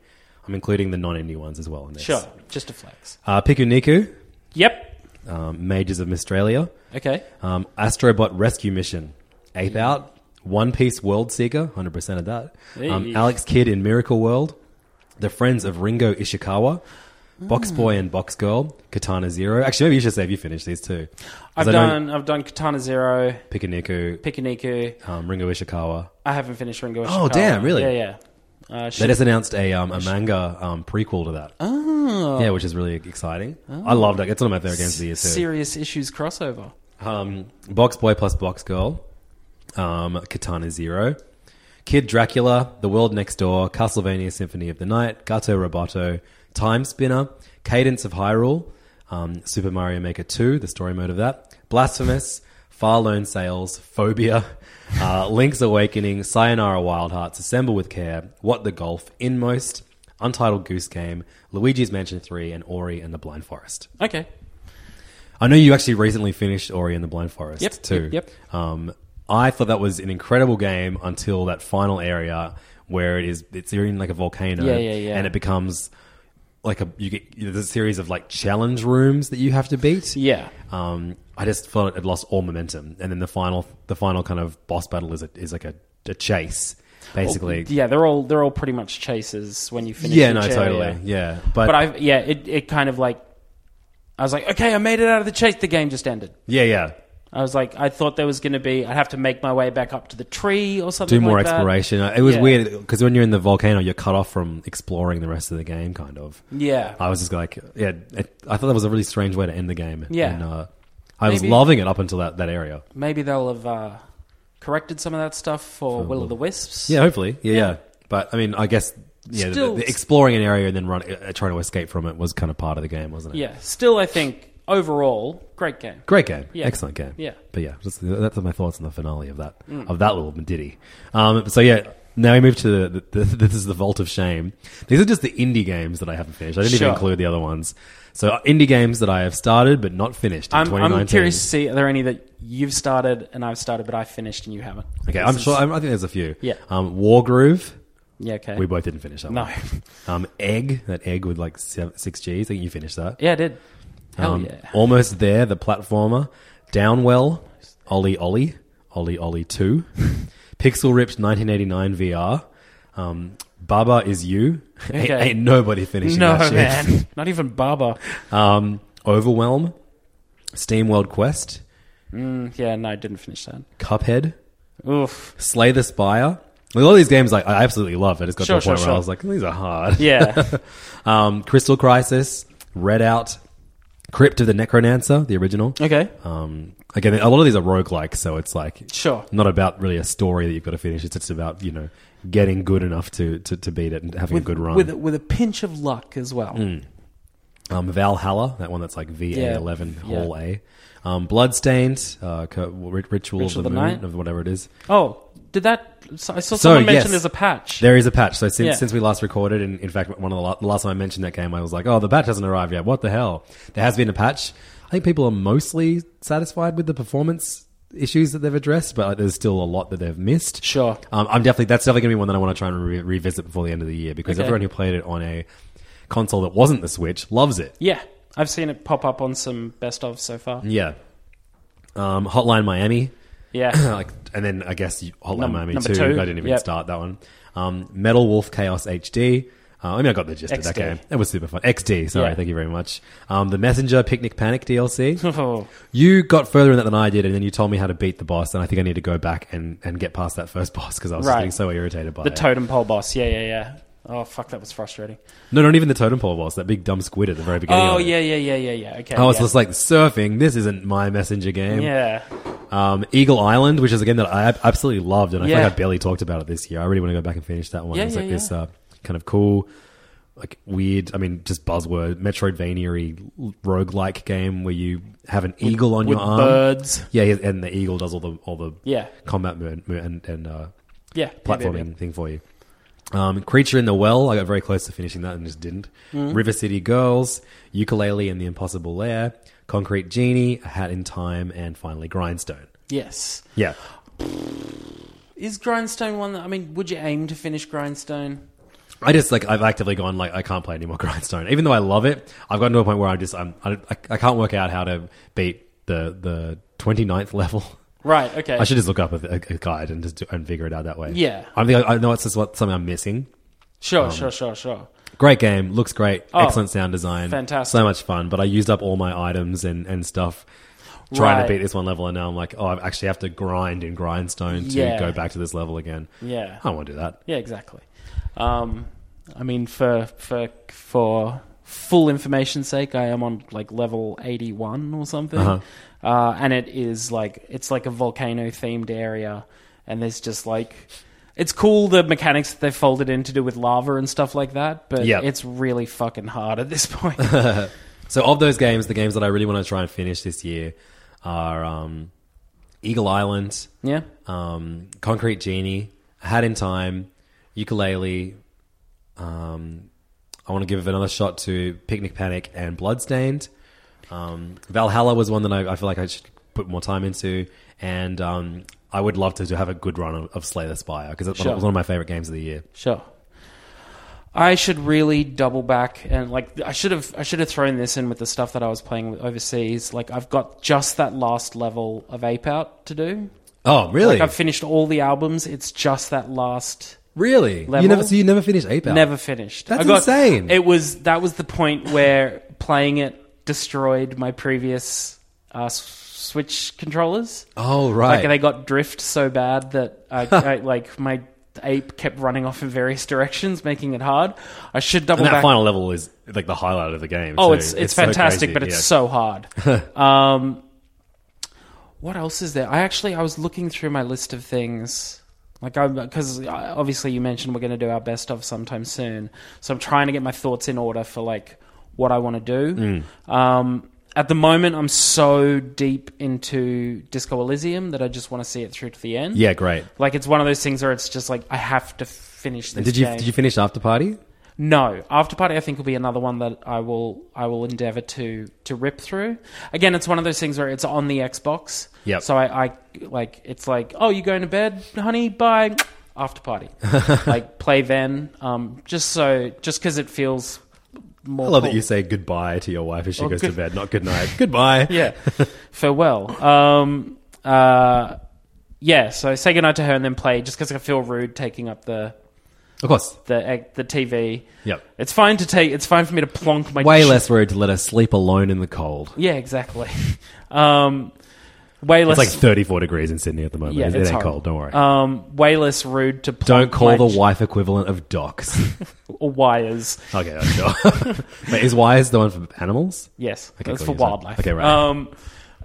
[SPEAKER 3] I'm including the non-indie ones as well in this.
[SPEAKER 4] Sure. Just a flex.
[SPEAKER 3] Uh, Piku Niku,
[SPEAKER 4] Yep.
[SPEAKER 3] um, Mages of Mistralia,
[SPEAKER 4] Okay.
[SPEAKER 3] um, Astrobot Rescue Mission, Ape Out, One Piece World Seeker, 100% of that. Um,
[SPEAKER 4] Hey.
[SPEAKER 3] Alex Kidd in Miracle World, The Friends of Ringo Ishikawa, Box Boy and Box Girl, Katana Zero. Actually, maybe you should say if you finish these two. 'Cause
[SPEAKER 4] I've
[SPEAKER 3] I know
[SPEAKER 4] done. I've done Katana Zero,
[SPEAKER 3] Pikaniku,
[SPEAKER 4] Pikaniku.
[SPEAKER 3] um, Ringo Ishikawa.
[SPEAKER 4] I haven't finished Ringo.
[SPEAKER 3] Oh,
[SPEAKER 4] Ishikawa.
[SPEAKER 3] damn, really?
[SPEAKER 4] Yeah, yeah. Uh,
[SPEAKER 3] They
[SPEAKER 4] should,
[SPEAKER 3] just announced a, um, a manga um, prequel to that. Oh. Yeah, which is really exciting. I love that. It's one of my favorite games of the year, too.
[SPEAKER 4] serious issues crossover.
[SPEAKER 3] Um, Box Boy plus Box Girl, um, Katana Zero, Kid Dracula, The World Next Door, Castlevania Symphony of the Night, Gato Roboto, Time Spinner, Cadence of Hyrule, um, Super Mario Maker 2, the story mode of that, Blasphemous, Far Lone Sales, Phobia, uh, Link's Awakening, Sayonara Wild Hearts, Assemble with Care, What the Golf, Inmost, Untitled Goose Game, Luigi's Mansion 3, and Ori and the Blind Forest.
[SPEAKER 4] Okay.
[SPEAKER 3] I know you actually recently finished Ori and the Blind Forest
[SPEAKER 4] Yep,
[SPEAKER 3] too.
[SPEAKER 4] yep,
[SPEAKER 3] Um, I thought that was an incredible game until that final area where it is it's you're in like a volcano.
[SPEAKER 4] Yeah, yeah, yeah.
[SPEAKER 3] And it becomes like a you get there's a series of like challenge rooms that you have to beat.
[SPEAKER 4] Yeah.
[SPEAKER 3] Um, I just felt it had lost all momentum, and then the final the final kind of boss battle is a, is like a, a chase. basically.
[SPEAKER 4] yeah, they're all they're all pretty much chases when you finish.
[SPEAKER 3] yeah,
[SPEAKER 4] each
[SPEAKER 3] no,
[SPEAKER 4] area.
[SPEAKER 3] totally. Yeah, but,
[SPEAKER 4] But I yeah, it it kind of like I was like, okay, I made it out of the chase. The game just ended.
[SPEAKER 3] yeah, yeah.
[SPEAKER 4] I was like, I thought there was going to be, I'd have to make my way back up to the tree or something.
[SPEAKER 3] Do more
[SPEAKER 4] like that.
[SPEAKER 3] exploration. Uh, It was
[SPEAKER 4] Yeah.
[SPEAKER 3] weird because when you're in the volcano, you're cut off from exploring the rest of the game, kind of.
[SPEAKER 4] Yeah,
[SPEAKER 3] I was just like, yeah, it, I thought that was a really strange way to end the game.
[SPEAKER 4] Yeah.
[SPEAKER 3] And, uh, I was
[SPEAKER 4] Maybe-
[SPEAKER 3] loving it up until that, that area.
[SPEAKER 4] maybe they'll have uh, corrected some of that stuff for Will of the Wisps.
[SPEAKER 3] Yeah, hopefully. Yeah, yeah.
[SPEAKER 4] Yeah.
[SPEAKER 3] But I mean, I guess yeah, the-
[SPEAKER 4] Still-
[SPEAKER 3] the, exploring an area and then run, uh, trying to escape from it was kind of part of the game, wasn't it?
[SPEAKER 4] yeah. Still, I think overall, great game.
[SPEAKER 3] Great game,
[SPEAKER 4] Yeah.
[SPEAKER 3] excellent game.
[SPEAKER 4] Yeah. Mm.
[SPEAKER 3] but yeah, just, that's my thoughts on the finale of that of that little ditty. Um, so yeah, now we move to the, the, the this is the Vault of Shame. These are just the indie games that I haven't finished. I didn't
[SPEAKER 4] Sure.
[SPEAKER 3] even include the other ones. So uh, indie games that I have started but not finished in
[SPEAKER 4] I'm,
[SPEAKER 3] 2019.
[SPEAKER 4] I'm curious to see are there any that you've started and I've started, but I finished and you haven't.
[SPEAKER 3] Okay,
[SPEAKER 4] This
[SPEAKER 3] I'm
[SPEAKER 4] is-
[SPEAKER 3] sure. I'm, I think there's a few.
[SPEAKER 4] Yeah.
[SPEAKER 3] um, War Groove.
[SPEAKER 4] yeah. Okay.
[SPEAKER 3] We both didn't finish that
[SPEAKER 4] No.
[SPEAKER 3] one. Um, Egg, that egg with like seven, six G's. I think you finished that.
[SPEAKER 4] yeah, I did. Hell
[SPEAKER 3] Um,
[SPEAKER 4] Oh, yeah.
[SPEAKER 3] Almost there, the platformer. Downwell, Ollie Ollie, Ollie Ollie 2, Pixel Ripped 1989 VR, um, Baba is You. ain't,
[SPEAKER 4] Okay.
[SPEAKER 3] ain't nobody finishing
[SPEAKER 4] No
[SPEAKER 3] that shit.
[SPEAKER 4] man, not even Baba.
[SPEAKER 3] Um, Overwhelm, Steam World Quest,
[SPEAKER 4] Yeah, no, I didn't finish that.
[SPEAKER 3] Cuphead,
[SPEAKER 4] Oof.
[SPEAKER 3] Slay the Spire. Like, all these games, like I absolutely love. I just got
[SPEAKER 4] Sure,
[SPEAKER 3] to a point
[SPEAKER 4] sure,
[SPEAKER 3] where I
[SPEAKER 4] sure.
[SPEAKER 3] was like, these are hard.
[SPEAKER 4] Yeah.
[SPEAKER 3] um, Crystal Crisis, Redout, Crypt of the Necronancer, the original.
[SPEAKER 4] okay.
[SPEAKER 3] Um, again, a lot of these are roguelike, so it's like
[SPEAKER 4] Sure.
[SPEAKER 3] not about really a story that you've got to finish. It's just about you know getting good enough to to, to beat it and having a good run.
[SPEAKER 4] with a- with a pinch of luck as well.
[SPEAKER 3] um, Valhalla, that one that's like VA eleven
[SPEAKER 4] Yeah.
[SPEAKER 3] Hall A. Um, Bloodstained, uh, co- rit- Ritual, of the,
[SPEAKER 4] of the
[SPEAKER 3] Moon,
[SPEAKER 4] Night?
[SPEAKER 3] of whatever it is.
[SPEAKER 4] Oh, did that? so- I saw someone
[SPEAKER 3] yes.
[SPEAKER 4] mention there's a patch.
[SPEAKER 3] There is a patch. So since
[SPEAKER 4] Yeah.
[SPEAKER 3] since we last recorded, and in fact, one of the, la- the last time I mentioned that game, I was like, "Oh, the patch hasn't arrived yet. What the hell?" There has been a patch. I think people are mostly satisfied with the performance issues that they've addressed, but there's still a lot that they've missed.
[SPEAKER 4] Sure.
[SPEAKER 3] Um, I'm definitely that's definitely going to be one that I want to try and re- revisit before the end of the year because
[SPEAKER 4] Okay.
[SPEAKER 3] everyone who played it on a console that wasn't the Switch loves it.
[SPEAKER 4] yeah, I've seen it pop up on some best of so far.
[SPEAKER 3] Yeah. Um, Hotline Miami.
[SPEAKER 4] Yeah,
[SPEAKER 3] like, and then I guess you- Hotline
[SPEAKER 4] Num-
[SPEAKER 3] Miami
[SPEAKER 4] number
[SPEAKER 3] too.
[SPEAKER 4] two.
[SPEAKER 3] I didn't even
[SPEAKER 4] Yep.
[SPEAKER 3] start that one. Um, Metal Wolf Chaos HD. Uh, I mean, I got the gist of that
[SPEAKER 4] XD.
[SPEAKER 3] game. It was super fun. XD, sorry,
[SPEAKER 4] Yeah.
[SPEAKER 3] thank you very much. Um, the Messenger Picnic Panic DLC.
[SPEAKER 4] Oh,
[SPEAKER 3] you got further in that than I did, and then you told me how to beat the boss, and I think I need to go back and, and get past that first boss because I was just
[SPEAKER 4] Right.
[SPEAKER 3] getting so irritated by
[SPEAKER 4] the
[SPEAKER 3] it.
[SPEAKER 4] totem pole boss. Yeah, yeah, yeah. Oh fuck, that was frustrating.
[SPEAKER 3] no, not even the totem pole boss. That big dumb squid at the very beginning.
[SPEAKER 4] oh
[SPEAKER 3] of it.
[SPEAKER 4] yeah, yeah, yeah, yeah, yeah. Okay.
[SPEAKER 3] I was
[SPEAKER 4] yeah.
[SPEAKER 3] just like surfing. This isn't my messenger game.
[SPEAKER 4] yeah,
[SPEAKER 3] Um, Eagle Island, which is a game that I ab- absolutely loved, and I feel
[SPEAKER 4] Yeah.
[SPEAKER 3] like I barely talked about it this year. I really want to go back and finish that one.
[SPEAKER 4] Yeah,
[SPEAKER 3] it's
[SPEAKER 4] yeah,
[SPEAKER 3] like this uh, kind of cool, like weird. I mean, just buzzword Metroidvania-y roguelike game where you have an eagle on
[SPEAKER 4] with
[SPEAKER 3] your arm.
[SPEAKER 4] birds.
[SPEAKER 3] Yeah, yeah, and the eagle does all the all the
[SPEAKER 4] Yeah.
[SPEAKER 3] combat mo- mo- and and uh,
[SPEAKER 4] Yeah, yeah, yeah,
[SPEAKER 3] platforming thing for you. Um, Creature in the Well, I got very close to finishing that and just didn't.
[SPEAKER 4] Mm-hmm.
[SPEAKER 3] River City Girls, Ukulele and the Impossible Lair, Concrete Genie, A Hat in Time, and finally Grindstone.
[SPEAKER 4] yeah. Yes.
[SPEAKER 3] Yeah.
[SPEAKER 4] Is Grindstone one that? I mean, would you aim to finish Grindstone?
[SPEAKER 3] I just like I've actively gone like I can't play any more Grindstone, even though I love it. I've gotten to a point where I'm just I'm, I I, I can't work out how to beat the the 29th level.
[SPEAKER 4] Right. Okay.
[SPEAKER 3] I should just look up a, a guide and just do, and figure it out that way.
[SPEAKER 4] Yeah.
[SPEAKER 3] I think I, I know it's just what something I'm missing.
[SPEAKER 4] Sure.
[SPEAKER 3] um,
[SPEAKER 4] sure. Sure. Sure.
[SPEAKER 3] Great game, looks great,
[SPEAKER 4] Oh,
[SPEAKER 3] excellent sound design,
[SPEAKER 4] fantastic.
[SPEAKER 3] so much fun. But I used up all my items and and stuff trying
[SPEAKER 4] Right.
[SPEAKER 3] to beat this one level, and now I'm like, oh, I actually have to grind in Grindstone to
[SPEAKER 4] Yeah.
[SPEAKER 3] go back to this level again.
[SPEAKER 4] Yeah.
[SPEAKER 3] I don't want to do that.
[SPEAKER 4] Yeah, exactly. Um, I mean, for for for full information's sake, I am on like level eighty one or something, uh and it is like it's like a volcano themed area, and there's just like it's cool the mechanics that they've folded in to do with lava and stuff like that, but
[SPEAKER 3] Yeah.
[SPEAKER 4] it's really fucking hard at this point.
[SPEAKER 3] So of those games, the games that I really want to try and finish this year are um, Eagle Island,
[SPEAKER 4] yeah,
[SPEAKER 3] um, Concrete Genie, Had in Time, Ukulele. Um, I want to give another shot to Picnic Panic and Bloodstained. Um, Valhalla was one that I, I feel like I should put more time into, and um, I would love to, to have a good run of, of Slay the Spire because it
[SPEAKER 4] Sure.
[SPEAKER 3] was one of my favorite games of the year.
[SPEAKER 4] sure. I should really double back and like I should have I should have thrown this in with the stuff that I was playing with overseas. Like I've got just that last level of Ape Out to do.
[SPEAKER 3] Oh, really?
[SPEAKER 4] Like I've finished all the albums. It's just that last
[SPEAKER 3] really? You
[SPEAKER 4] level.
[SPEAKER 3] never, so you never finished Ape Out?
[SPEAKER 4] never finished.
[SPEAKER 3] That's
[SPEAKER 4] I got,
[SPEAKER 3] insane.
[SPEAKER 4] It was that was the point where playing it destroyed my previous uh, s- Switch controllers.
[SPEAKER 3] Oh,
[SPEAKER 4] Like
[SPEAKER 3] right.
[SPEAKER 4] they got drift so bad that I, I like my ape kept running off in various directions, making it hard. I should double
[SPEAKER 3] and that
[SPEAKER 4] back.
[SPEAKER 3] final level is like the highlight of the game.
[SPEAKER 4] Oh,
[SPEAKER 3] too.
[SPEAKER 4] it's it's,
[SPEAKER 3] so
[SPEAKER 4] fantastic,
[SPEAKER 3] crazy,
[SPEAKER 4] but it's
[SPEAKER 3] yeah.
[SPEAKER 4] so hard. um, what else is there? I actually I was looking through my list of things, like I because obviously you mentioned we're going to do our best of sometime soon, so I'm trying to get my thoughts in order for like what I want to do.
[SPEAKER 3] Mm.
[SPEAKER 4] Um, at the moment, I'm so deep into Disco Elysium that I just want to see it through to the end.
[SPEAKER 3] Yeah, great.
[SPEAKER 4] like it's one of those things where it's just like I have to finish this.
[SPEAKER 3] Did you
[SPEAKER 4] game.
[SPEAKER 3] did you finish After Party?
[SPEAKER 4] No, after party I think will be another one that I will I will endeavor to to rip through. Again, it's one of those things where it's on the Xbox.
[SPEAKER 3] Yep.
[SPEAKER 4] So I, I like it's like oh you going to bed honey bye after party like play then um just so just because it feels more.
[SPEAKER 3] I love that
[SPEAKER 4] cool.
[SPEAKER 3] you say goodbye to your wife as she
[SPEAKER 4] Oh,
[SPEAKER 3] goes to
[SPEAKER 4] good-
[SPEAKER 3] bed. Not good night. goodbye.
[SPEAKER 4] yeah. Farewell. Um, uh, yeah. So say goodnight to her and then play just because I feel rude taking up the
[SPEAKER 3] Of course.
[SPEAKER 4] the the TV.
[SPEAKER 3] Yep.
[SPEAKER 4] It's fine to take. It's fine for me to plonk my
[SPEAKER 3] Way
[SPEAKER 4] chin-
[SPEAKER 3] less rude to let her sleep alone in the cold.
[SPEAKER 4] Yeah, exactly. Um, way less.
[SPEAKER 3] It's like 34 degrees in Sydney at the moment.
[SPEAKER 4] yeah,
[SPEAKER 3] it
[SPEAKER 4] it's
[SPEAKER 3] ain't
[SPEAKER 4] horrible.
[SPEAKER 3] cold. Don't worry.
[SPEAKER 4] Um, way less rude to
[SPEAKER 3] don't call the
[SPEAKER 4] wires.
[SPEAKER 3] wife equivalent of docs.
[SPEAKER 4] or wires.
[SPEAKER 3] okay, that's sure. Wait, is wise the one for animals?
[SPEAKER 4] Yes,
[SPEAKER 3] Okay,
[SPEAKER 4] that's
[SPEAKER 3] cool,
[SPEAKER 4] for
[SPEAKER 3] you said-
[SPEAKER 4] wildlife.
[SPEAKER 3] okay, right.
[SPEAKER 4] Um,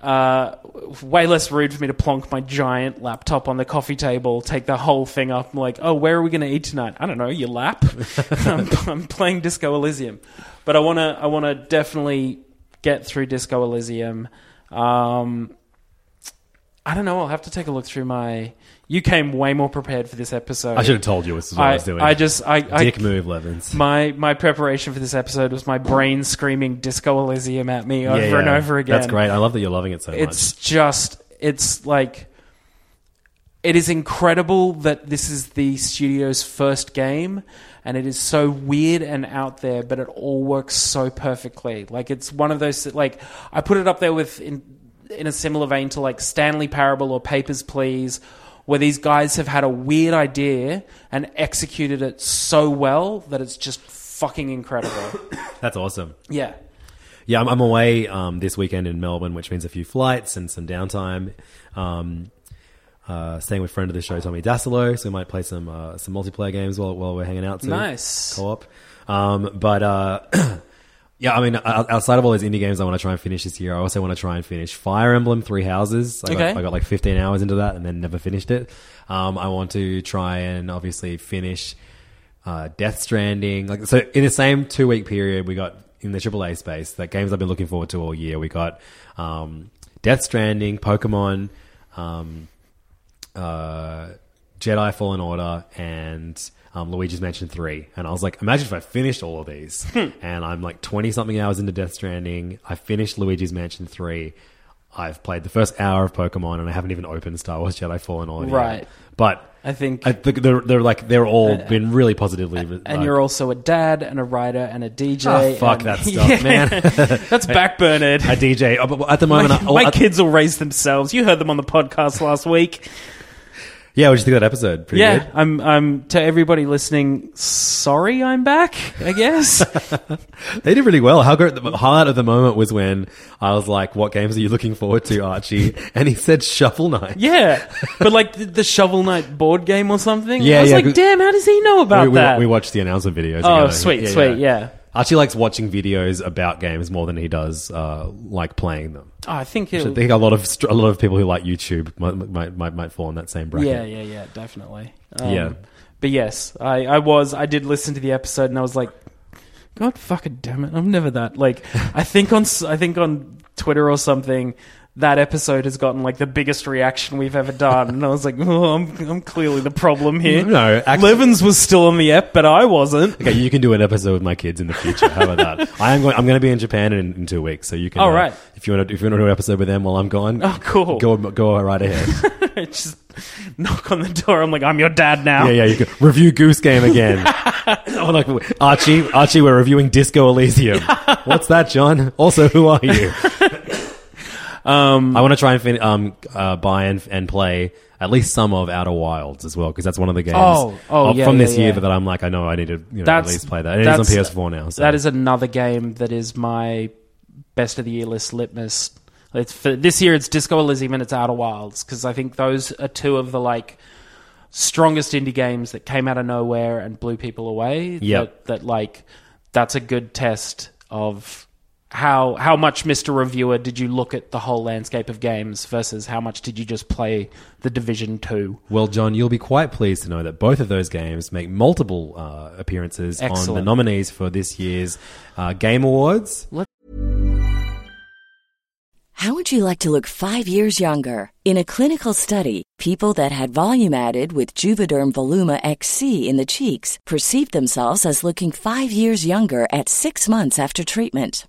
[SPEAKER 4] uh, way less rude for me to plonk my giant laptop on the coffee table, take the whole thing up. I'm like, oh, where are we going to eat tonight? I don't know. Your lap. I'm, I'm playing Disco Elysium, but I want to. I want to definitely get through Disco Elysium. Um, I don't know. I'll have to take a look through my. You came way more prepared for this episode.
[SPEAKER 3] I should have told you this is what I,
[SPEAKER 4] I,
[SPEAKER 3] was doing.
[SPEAKER 4] I just I, I
[SPEAKER 3] Dick move, Levins.
[SPEAKER 4] my my preparation for this episode was my brain screaming Disco Elysium at me over and over again.
[SPEAKER 3] That's great. I love that you're loving it so
[SPEAKER 4] It's just it's like it is incredible that this is the studio's first game and it is so weird and out there but it all works so perfectly. Like it's one of those like I put it up there with in in a similar vein to like Stanley Parable or Papers Please where these guys have had a weird idea and executed it so well that it's just fucking incredible.
[SPEAKER 3] much. That's awesome.
[SPEAKER 4] yeah.
[SPEAKER 3] Yeah, I'm, I'm away um, this weekend in Melbourne, which means a few flights and some downtime. Um, uh, staying with friend of the show, Tommy Dasilo, so we might play some uh, some multiplayer games while while we're hanging out. Too.
[SPEAKER 4] Nice.
[SPEAKER 3] co-op. Um, but uh, yeah, I mean, o- outside of all those indie games, I want to try and finish this year. I also want to try and finish Fire Emblem Three Houses. I,
[SPEAKER 4] Okay.
[SPEAKER 3] got, I got like 15 hours into that and then never finished it. Um, I want to try and obviously finish uh, Death Stranding. Like so, in the same two week period, we got in the AAA space that games I've been looking forward to all year. We got um, Death Stranding, Pokemon. Um, uh, Jedi Fallen Order and um, Luigi's Mansion 3. And I was like, imagine if I finished all of these.
[SPEAKER 4] Hmm.
[SPEAKER 3] and I'm like 20 something hours into Death Stranding. I finished Luigi's Mansion 3. I've played the first hour of Pokemon and I haven't even opened Star Wars Jedi Fallen Order. yet.
[SPEAKER 4] Right.
[SPEAKER 3] But uh,
[SPEAKER 4] I think
[SPEAKER 3] I think they're, they're like, they're all been really positively. uh,
[SPEAKER 4] And you're also a dad and a writer and a DJ.
[SPEAKER 3] Oh, fuck
[SPEAKER 4] and-
[SPEAKER 3] that stuff, man.
[SPEAKER 4] That's backburnered.
[SPEAKER 3] a DJ. Oh, but- but At the moment,
[SPEAKER 4] my
[SPEAKER 3] I-
[SPEAKER 4] my
[SPEAKER 3] I-
[SPEAKER 4] kids will raise themselves. You heard them on the podcast last week.
[SPEAKER 3] yeah, what did you think of that episode? Pretty
[SPEAKER 4] yeah,
[SPEAKER 3] good.
[SPEAKER 4] I'm. I'm to everybody listening. Sorry, I'm back. I guess.
[SPEAKER 3] They did really well. How great! The highlight of the moment was when I was like, "What games are you looking forward to, Archie?" And he said, "Shuffle Night."
[SPEAKER 4] yeah, but like the, the Shovel Knight board game or something.
[SPEAKER 3] Yeah,
[SPEAKER 4] I was
[SPEAKER 3] yeah,
[SPEAKER 4] like,
[SPEAKER 3] good-
[SPEAKER 4] damn, how does he know about
[SPEAKER 3] we, we,
[SPEAKER 4] that?
[SPEAKER 3] we watched the announcement videos.
[SPEAKER 4] Oh,
[SPEAKER 3] together.
[SPEAKER 4] sweet, sweet, yeah.
[SPEAKER 3] Archie likes watching videos about games more than he does uh, like playing them.
[SPEAKER 4] oh, I think
[SPEAKER 3] I
[SPEAKER 4] it.
[SPEAKER 3] think a lot of str- a lot of people who like YouTube might might, might, might fall in that same bracket.
[SPEAKER 4] Yeah, yeah, yeah, definitely. Um,
[SPEAKER 3] Yeah.
[SPEAKER 4] But yes, I, I was. I did listen to the episode, and I was like, God fucking damn it! I'm never that. Like, I think on s- I think on Twitter or something, that episode has gotten like the biggest reaction we've ever done, and I was like, oh, I'm I'm clearly the problem here.
[SPEAKER 3] No, actually-
[SPEAKER 4] Levins was still on the app, but I wasn't.
[SPEAKER 3] Okay, you can do an episode with my kids in the future. How about that? I am going. I'm going to be in Japan in, in two weeks, so you can. uh,
[SPEAKER 4] All right.
[SPEAKER 3] If you want to, if you want to do an episode with them while I'm gone,
[SPEAKER 4] Oh, cool.
[SPEAKER 3] Go go right ahead.
[SPEAKER 4] Just knock on the door. I'm like, I'm your dad now.
[SPEAKER 3] Yeah, yeah. You can review Goose Game again. Oh, like, Archie, Archie, we're reviewing Disco Elysium. What's that, John? Also, who are you?
[SPEAKER 4] Um,
[SPEAKER 3] I want to try and fin- um, uh, buy and, and play at least some of Outer Wilds as well because that's one of the games
[SPEAKER 4] Oh, oh,
[SPEAKER 3] of-
[SPEAKER 4] yeah,
[SPEAKER 3] from
[SPEAKER 4] yeah,
[SPEAKER 3] this
[SPEAKER 4] yeah.
[SPEAKER 3] year that I'm like I know I need to you know, at
[SPEAKER 4] That's-
[SPEAKER 3] least play that. It is on
[SPEAKER 4] that's-
[SPEAKER 3] PS4 now. So.
[SPEAKER 4] that is another game that is my best of the year list litmus. It's for, this year it's Disco Elysium and it's Outer Wilds because I think those are two of the like strongest indie games that came out of nowhere and blew people away.
[SPEAKER 3] Yep.
[SPEAKER 4] That, that like that's a good test of how how much Mr. Reviewer did you look at the whole landscape of games versus how much did you just play the Division Two?
[SPEAKER 3] Well, John, you'll be quite pleased to know that both of those games make multiple uh, appearances on the
[SPEAKER 4] Excellent.
[SPEAKER 3] nominees for this year's uh, Game Awards.
[SPEAKER 5] How would you like to look five years younger? In a clinical study, people that had volume added with Juvederm Voluma XC in the cheeks perceived themselves as looking five years younger at six months after treatment.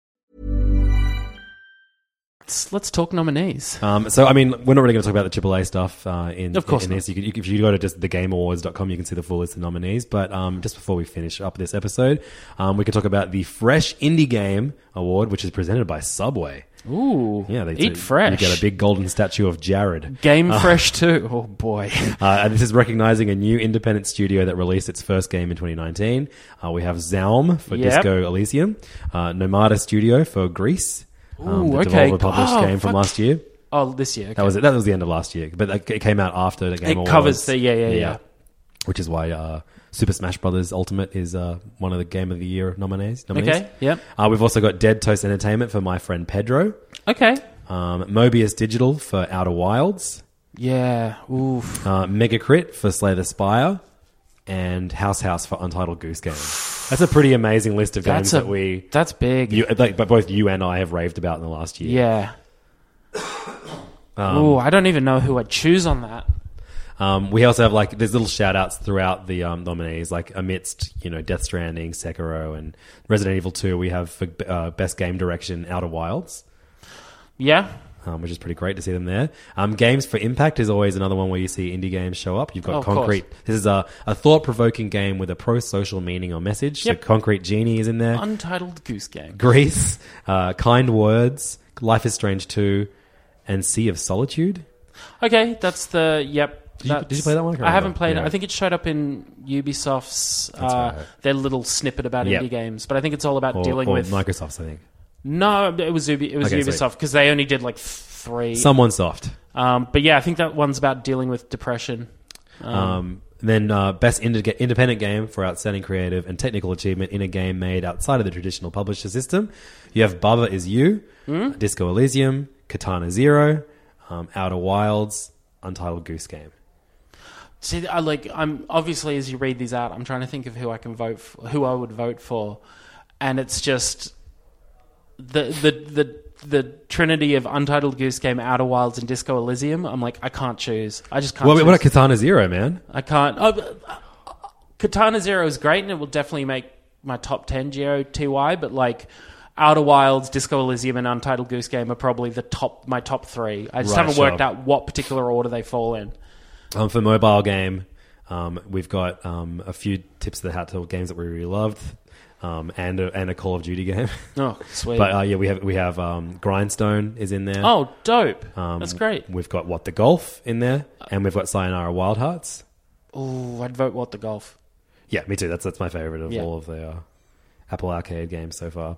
[SPEAKER 4] Let's, let's talk nominees.
[SPEAKER 3] Um, so, I mean, we're not really going to talk about the AAA stuff uh, in,
[SPEAKER 4] Of course
[SPEAKER 3] in
[SPEAKER 4] not.
[SPEAKER 3] this. You can, you, can- if you go to just thegameawards.com, you can see the full list of nominees. But um, just before we finish up this episode, um, we can talk about the Fresh Indie Game Award, which is presented by Subway.
[SPEAKER 4] Ooh,
[SPEAKER 3] Yeah, they
[SPEAKER 4] eat fresh.
[SPEAKER 3] You get a big golden statue of Jared.
[SPEAKER 4] Game Fresh too. Oh boy.
[SPEAKER 3] Uh, and this is recognizing a new independent studio that released its first game in 2019. Uh, we have Zaum for
[SPEAKER 4] Yep.
[SPEAKER 3] Disco Elysium, uh, Nomada Studio for Greece, Um,
[SPEAKER 4] Ooh,
[SPEAKER 3] the
[SPEAKER 4] okay.
[SPEAKER 3] develover published
[SPEAKER 4] Oh,
[SPEAKER 3] game from
[SPEAKER 4] fuck.
[SPEAKER 3] last year.
[SPEAKER 4] Oh, this year.
[SPEAKER 3] That
[SPEAKER 4] okay.
[SPEAKER 3] was it. That was the end of last year, but that- it came out after the game.
[SPEAKER 4] It
[SPEAKER 3] Awards.
[SPEAKER 4] covers the- yeah, yeah, yeah.
[SPEAKER 3] Which is why uh, Super Smash Brothers Ultimate is uh, one of the Game of the Year nominees. nominees.
[SPEAKER 4] Okay, yep.
[SPEAKER 3] Uh, we've also got Dead Toast Entertainment for My Friend Pedro,
[SPEAKER 4] okay.
[SPEAKER 3] um, Mobius Digital for Outer Wilds,
[SPEAKER 4] Yeah. Oof.
[SPEAKER 3] uh, Mega Crit for Slay the Spire, and House House for Untitled Goose Game. That's a pretty amazing list of games
[SPEAKER 4] That's a,
[SPEAKER 3] that we,
[SPEAKER 4] That's big.
[SPEAKER 3] you, like, but both you and I have raved about in the last year.
[SPEAKER 4] yeah. Ooh, I don't even know who I'd choose on that.
[SPEAKER 3] Um, we also have like there's little shout outs throughout the um, nominees, like amidst you know Death Stranding, Sekiro, and Resident Evil Two. We have for uh, best game direction Outer Wilds,
[SPEAKER 4] Yeah.
[SPEAKER 3] um, which is pretty great to see them there. Um, games for Impact is always another one where you see indie games show up. You've got
[SPEAKER 4] Oh, of course.
[SPEAKER 3] Concrete. This is a, a thought provoking game with a pro social meaning or message.
[SPEAKER 4] Yep.
[SPEAKER 3] So Concrete Genie is in there.
[SPEAKER 4] Untitled Goose Game.
[SPEAKER 3] Greece, uh, Kind Words, Life is Strange Two, and Sea of Solitude.
[SPEAKER 4] Okay, that's the yep.
[SPEAKER 3] Did you-
[SPEAKER 4] that's-
[SPEAKER 3] did you play that one? I can't
[SPEAKER 4] I, haven't
[SPEAKER 3] remember.
[SPEAKER 4] played
[SPEAKER 3] Yeah.
[SPEAKER 4] it. I think it showed up in Ubisoft's uh,
[SPEAKER 3] right.
[SPEAKER 4] their little snippet about
[SPEAKER 3] Yep.
[SPEAKER 4] indie games, but I think it's all about
[SPEAKER 3] Or,
[SPEAKER 4] dealing
[SPEAKER 3] or
[SPEAKER 4] with
[SPEAKER 3] Microsoft's, I think.
[SPEAKER 4] no. It was Ubi, it was
[SPEAKER 3] Okay, sweet.
[SPEAKER 4] Ubisoft because they only did like three.
[SPEAKER 3] Someone soft.
[SPEAKER 4] Um, but yeah, I think that one's about dealing with depression.
[SPEAKER 3] Um, then uh, best ind- independent game for outstanding creative and technical achievement in a game made outside of the traditional publisher system. You have Baba is You, Disco Elysium, Katana Zero, um, Outer Wilds, Untitled Goose Game.
[SPEAKER 4] See, I like. I'm obviously as you read these out, I'm trying to think of who I can vote, for, who I would vote for, and it's just the the the the trinity of Untitled Goose Game, Outer Wilds, and Disco Elysium, I'm like, I can't choose. I just can't.
[SPEAKER 3] Well, wait,
[SPEAKER 4] choose.
[SPEAKER 3] what about Katana Zero, man?
[SPEAKER 4] I can't. Oh, but, uh, Katana Zero is great, and it will definitely make my top ten GOTY. But like Outer Wilds, Disco Elysium, and Untitled Goose Game are probably the top my top three. I just
[SPEAKER 3] Right,
[SPEAKER 4] haven't worked
[SPEAKER 3] sure.
[SPEAKER 4] out what particular order they fall in.
[SPEAKER 3] Um, for mobile game, um, we've got um, a few tips of the hat to games that we really loved, um, and a, and a Call of Duty game.
[SPEAKER 4] Oh, sweet.
[SPEAKER 3] but uh, yeah, we have we have um, Grindstone is in there.
[SPEAKER 4] oh, dope.
[SPEAKER 3] Um,
[SPEAKER 4] That's great.
[SPEAKER 3] We've got what the golf in there, and we've got Sayonara Wild Hearts.
[SPEAKER 4] Ooh, I'd vote what the golf.
[SPEAKER 3] Yeah, me too. That's that's my favorite of
[SPEAKER 4] Yeah.
[SPEAKER 3] all of the uh, Apple Arcade games so far.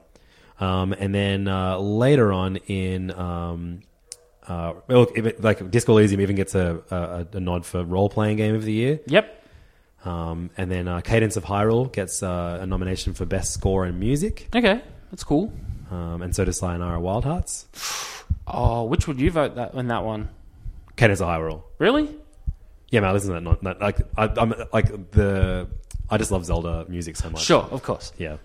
[SPEAKER 3] Um, and then uh, later on in um, uh, look, if it- like Disco Elysium even gets a, a, a nod for role playing game of the year.
[SPEAKER 4] Yep.
[SPEAKER 3] Um, and then uh, Cadence of Hyrule gets uh, a nomination for best score and music,
[SPEAKER 4] Okay, that's cool.
[SPEAKER 3] um, and so does Sayonara Wild Hearts.
[SPEAKER 4] Oh, which would you vote that in that one?
[SPEAKER 3] Cadence of Hyrule.
[SPEAKER 4] Really?
[SPEAKER 3] Yeah, man, I listen to that. Not, not like I, I'm like the. I just love Zelda music so much.
[SPEAKER 4] Sure, of course.
[SPEAKER 3] Yeah,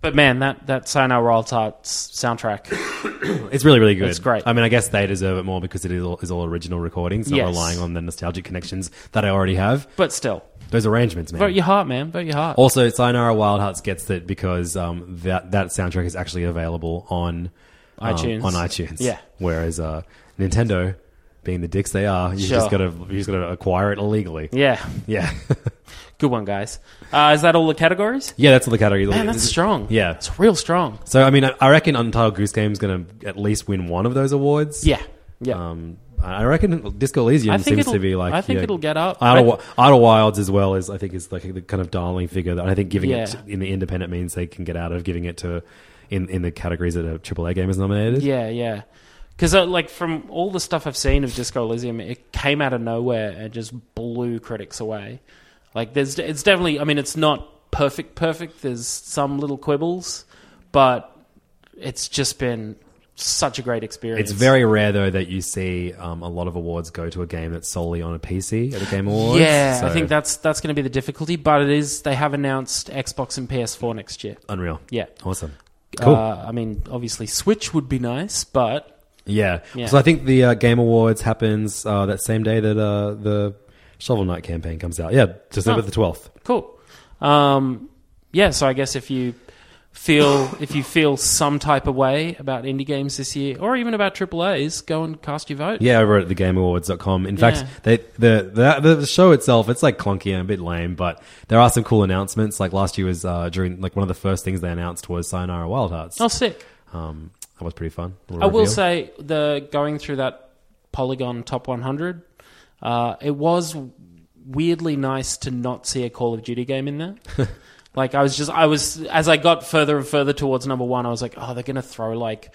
[SPEAKER 4] But man, that that Sayonara Wild Hearts soundtrack.
[SPEAKER 3] it's really really good.
[SPEAKER 4] It's great.
[SPEAKER 3] I mean, I guess they deserve it more because it is all, is all original recordings, not
[SPEAKER 4] Yes.
[SPEAKER 3] relying on the nostalgic connections that I already have.
[SPEAKER 4] But still,
[SPEAKER 3] Those arrangements, man.
[SPEAKER 4] vote your heart, man. Vote your heart.
[SPEAKER 3] Also, Sayonara Wild Hearts gets it because um, that that soundtrack is actually available on um,
[SPEAKER 4] iTunes.
[SPEAKER 3] On iTunes,
[SPEAKER 4] Yeah.
[SPEAKER 3] Whereas uh, Nintendo, being the dicks they are, you
[SPEAKER 4] Sure.
[SPEAKER 3] just gotta you just gotta acquire it illegally.
[SPEAKER 4] yeah,
[SPEAKER 3] Yeah,
[SPEAKER 4] good one, guys. Uh, is that all the categories?
[SPEAKER 3] yeah. That's all the category.
[SPEAKER 4] Man, that's strong.
[SPEAKER 3] Yeah.
[SPEAKER 4] it's real strong.
[SPEAKER 3] So I mean, I, I reckon Untitled Goose Game's going to at least win one of those awards.
[SPEAKER 4] Yeah, yeah.
[SPEAKER 3] Um, I I reckon Disco Elysium
[SPEAKER 4] I think
[SPEAKER 3] seems to
[SPEAKER 4] it'll-
[SPEAKER 3] be like.
[SPEAKER 4] I think
[SPEAKER 3] yeah,
[SPEAKER 4] it'll get up.
[SPEAKER 3] Outer,
[SPEAKER 4] I-
[SPEAKER 3] Wi- Outer Wilds as well is I think is like the kind of darling figure that I think giving
[SPEAKER 4] Yeah.
[SPEAKER 3] it to- in the independent means they can get out of giving it to in in the categories that a AAA game is nominated.
[SPEAKER 4] yeah, yeah. Because uh, like from all the stuff I've seen of Disco Elysium, it came out of nowhere and just blew critics away. Like there's, it's definitely. I mean, it's not perfect, perfect. There's some little quibbles, but it's just been such a great experience.
[SPEAKER 3] It's very rare though that you see um, a lot of awards go to a game that's solely on a PC at the Game Awards.
[SPEAKER 4] Yeah, I
[SPEAKER 3] So,
[SPEAKER 4] think that's that's going to be the difficulty. But it is. They have announced Xbox and PS4 next year.
[SPEAKER 3] unreal.
[SPEAKER 4] Yeah.
[SPEAKER 3] awesome, cool.
[SPEAKER 4] Uh, I mean, obviously, Switch would be nice, but
[SPEAKER 3] Yeah.
[SPEAKER 4] Yeah.
[SPEAKER 3] So I think the uh, Game Awards happens uh, that same day that uh, the Shovel Knight campaign comes out. Yeah,
[SPEAKER 4] Ah.
[SPEAKER 3] December the twelfth.
[SPEAKER 4] cool. Um, yeah, so I guess if you feel if you feel some type of way about indie games this year, or even about AAA's, go and cast your vote.
[SPEAKER 3] Yeah, over at thegameawards.com. In
[SPEAKER 4] Yeah.
[SPEAKER 3] fact, they, the, the the show itself it's like clunky and a bit lame, but there are some cool announcements. Like last year was uh, during like one of the first things they announced was Sayonara Wild Hearts.
[SPEAKER 4] Oh, sick.
[SPEAKER 3] Um, that was pretty fun. Little
[SPEAKER 4] I will
[SPEAKER 3] reveal.
[SPEAKER 4] say the going through that Polygon Top 100, uh, it was weirdly nice to not see a Call of Duty game in there. like I was just I was as I got further and further towards number one, I was like, oh, they're gonna throw like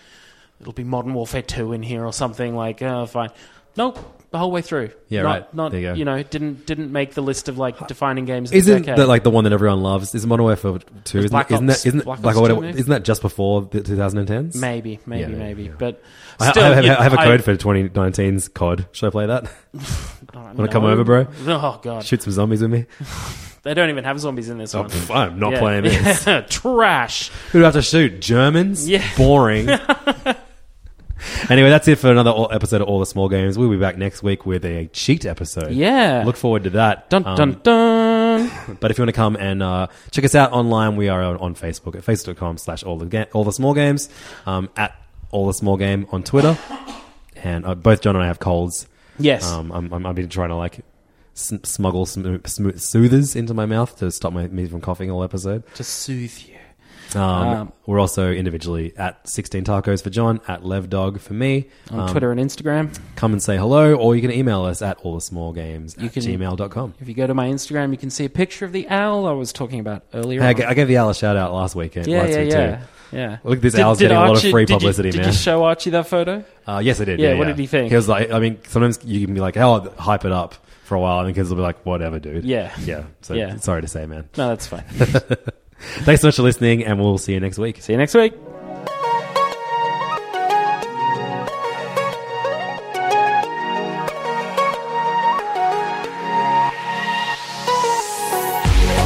[SPEAKER 4] it'll be Modern Warfare two in here or something. Like, oh, fine. Nope. The whole way through,
[SPEAKER 3] Yeah,
[SPEAKER 4] not,
[SPEAKER 3] right.
[SPEAKER 4] Not
[SPEAKER 3] There you
[SPEAKER 4] you,
[SPEAKER 3] go.
[SPEAKER 4] know, didn't didn't make the list of like defining games. Of
[SPEAKER 3] Isn't
[SPEAKER 4] the decade.
[SPEAKER 3] that like the one that everyone loves? Is Modern Warfare Two? Isn't,
[SPEAKER 4] Black
[SPEAKER 3] isn't
[SPEAKER 4] Ops-
[SPEAKER 3] that isn't
[SPEAKER 4] Black
[SPEAKER 3] Black
[SPEAKER 4] Ops
[SPEAKER 3] Ops
[SPEAKER 4] 2,
[SPEAKER 3] 2,
[SPEAKER 4] maybe?
[SPEAKER 3] isn't that just before the 2010s?
[SPEAKER 4] maybe, maybe,
[SPEAKER 3] Yeah,
[SPEAKER 4] maybe?
[SPEAKER 3] yeah.
[SPEAKER 4] But
[SPEAKER 3] I, I
[SPEAKER 4] still,
[SPEAKER 3] have,
[SPEAKER 4] you-
[SPEAKER 3] I have a
[SPEAKER 4] I-
[SPEAKER 3] code for 2019's COD. Should I play that?
[SPEAKER 4] Want
[SPEAKER 3] Wanna come over, bro?
[SPEAKER 4] Oh god,
[SPEAKER 3] Shoot some zombies with me?
[SPEAKER 4] they don't even have zombies in this
[SPEAKER 3] Oh,
[SPEAKER 4] one.
[SPEAKER 3] pff, I'm not
[SPEAKER 4] Yeah.
[SPEAKER 3] playing this.
[SPEAKER 4] Trash.
[SPEAKER 3] Who do I have to shoot? Germans?
[SPEAKER 4] Yeah.
[SPEAKER 3] Boring. anyway, that's it for another all- episode of All the Small Games. We'll be back next week with a cheat episode.
[SPEAKER 4] Yeah.
[SPEAKER 3] Look forward to that.
[SPEAKER 4] Dun
[SPEAKER 3] Um,
[SPEAKER 4] dun dun.
[SPEAKER 3] But if you want to come and uh, check us out online, we are on, on Facebook at facebook.com slash all the ga- all the small games, um, at all the small game on Twitter. And uh, both John and I have colds.
[SPEAKER 4] Yes.
[SPEAKER 3] Um, I'm, I'm, I've been trying to like s- smuggle some sm- soothers into my mouth to stop my, me from coughing all episode.
[SPEAKER 4] to soothe you.
[SPEAKER 3] Um,
[SPEAKER 4] Um,
[SPEAKER 3] we're also individually at 16 tacos for John, at levdog for me.
[SPEAKER 4] On
[SPEAKER 3] Um,
[SPEAKER 4] Twitter and Instagram.
[SPEAKER 3] Come and say hello, or you can email us at all the small games at
[SPEAKER 4] can-
[SPEAKER 3] gmail.com.
[SPEAKER 4] If you go to my Instagram, you can see a picture of the owl I was talking about earlier.
[SPEAKER 3] Hey, I,
[SPEAKER 4] on.
[SPEAKER 3] g- I gave the owl a shout out last weekend.
[SPEAKER 4] yeah,
[SPEAKER 3] last
[SPEAKER 4] yeah,
[SPEAKER 3] week
[SPEAKER 4] yeah,
[SPEAKER 3] Too.
[SPEAKER 4] yeah.
[SPEAKER 3] Look, this owl's getting a lot of free publicity,
[SPEAKER 4] did you,
[SPEAKER 3] man.
[SPEAKER 4] Did you show Archie that photo?
[SPEAKER 3] Uh, yes, I did.
[SPEAKER 4] Yeah,
[SPEAKER 3] Yeah,
[SPEAKER 4] what did he think?
[SPEAKER 3] He was like, I mean, sometimes you can be like, "Oh, hype it up for a while," and the kids will be like, "Whatever, dude."
[SPEAKER 4] Yeah.
[SPEAKER 3] yeah. So
[SPEAKER 4] Yeah.
[SPEAKER 3] sorry to say, man.
[SPEAKER 4] No, that's fine.
[SPEAKER 3] Thanks so much for listening, and we'll see you next week.
[SPEAKER 4] see you next week.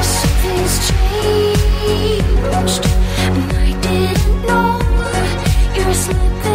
[SPEAKER 6] Something's changed, and I didn't know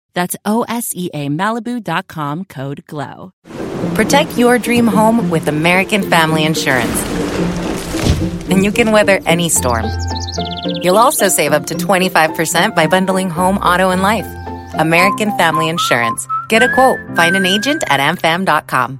[SPEAKER 7] That's O S E A Malibu.com code GLOW.
[SPEAKER 8] Protect your dream home with American Family Insurance. And you can weather any storm. You'll also save up to 25% by bundling home, auto, and life. American Family Insurance. Get a quote, find an agent at amfam.com.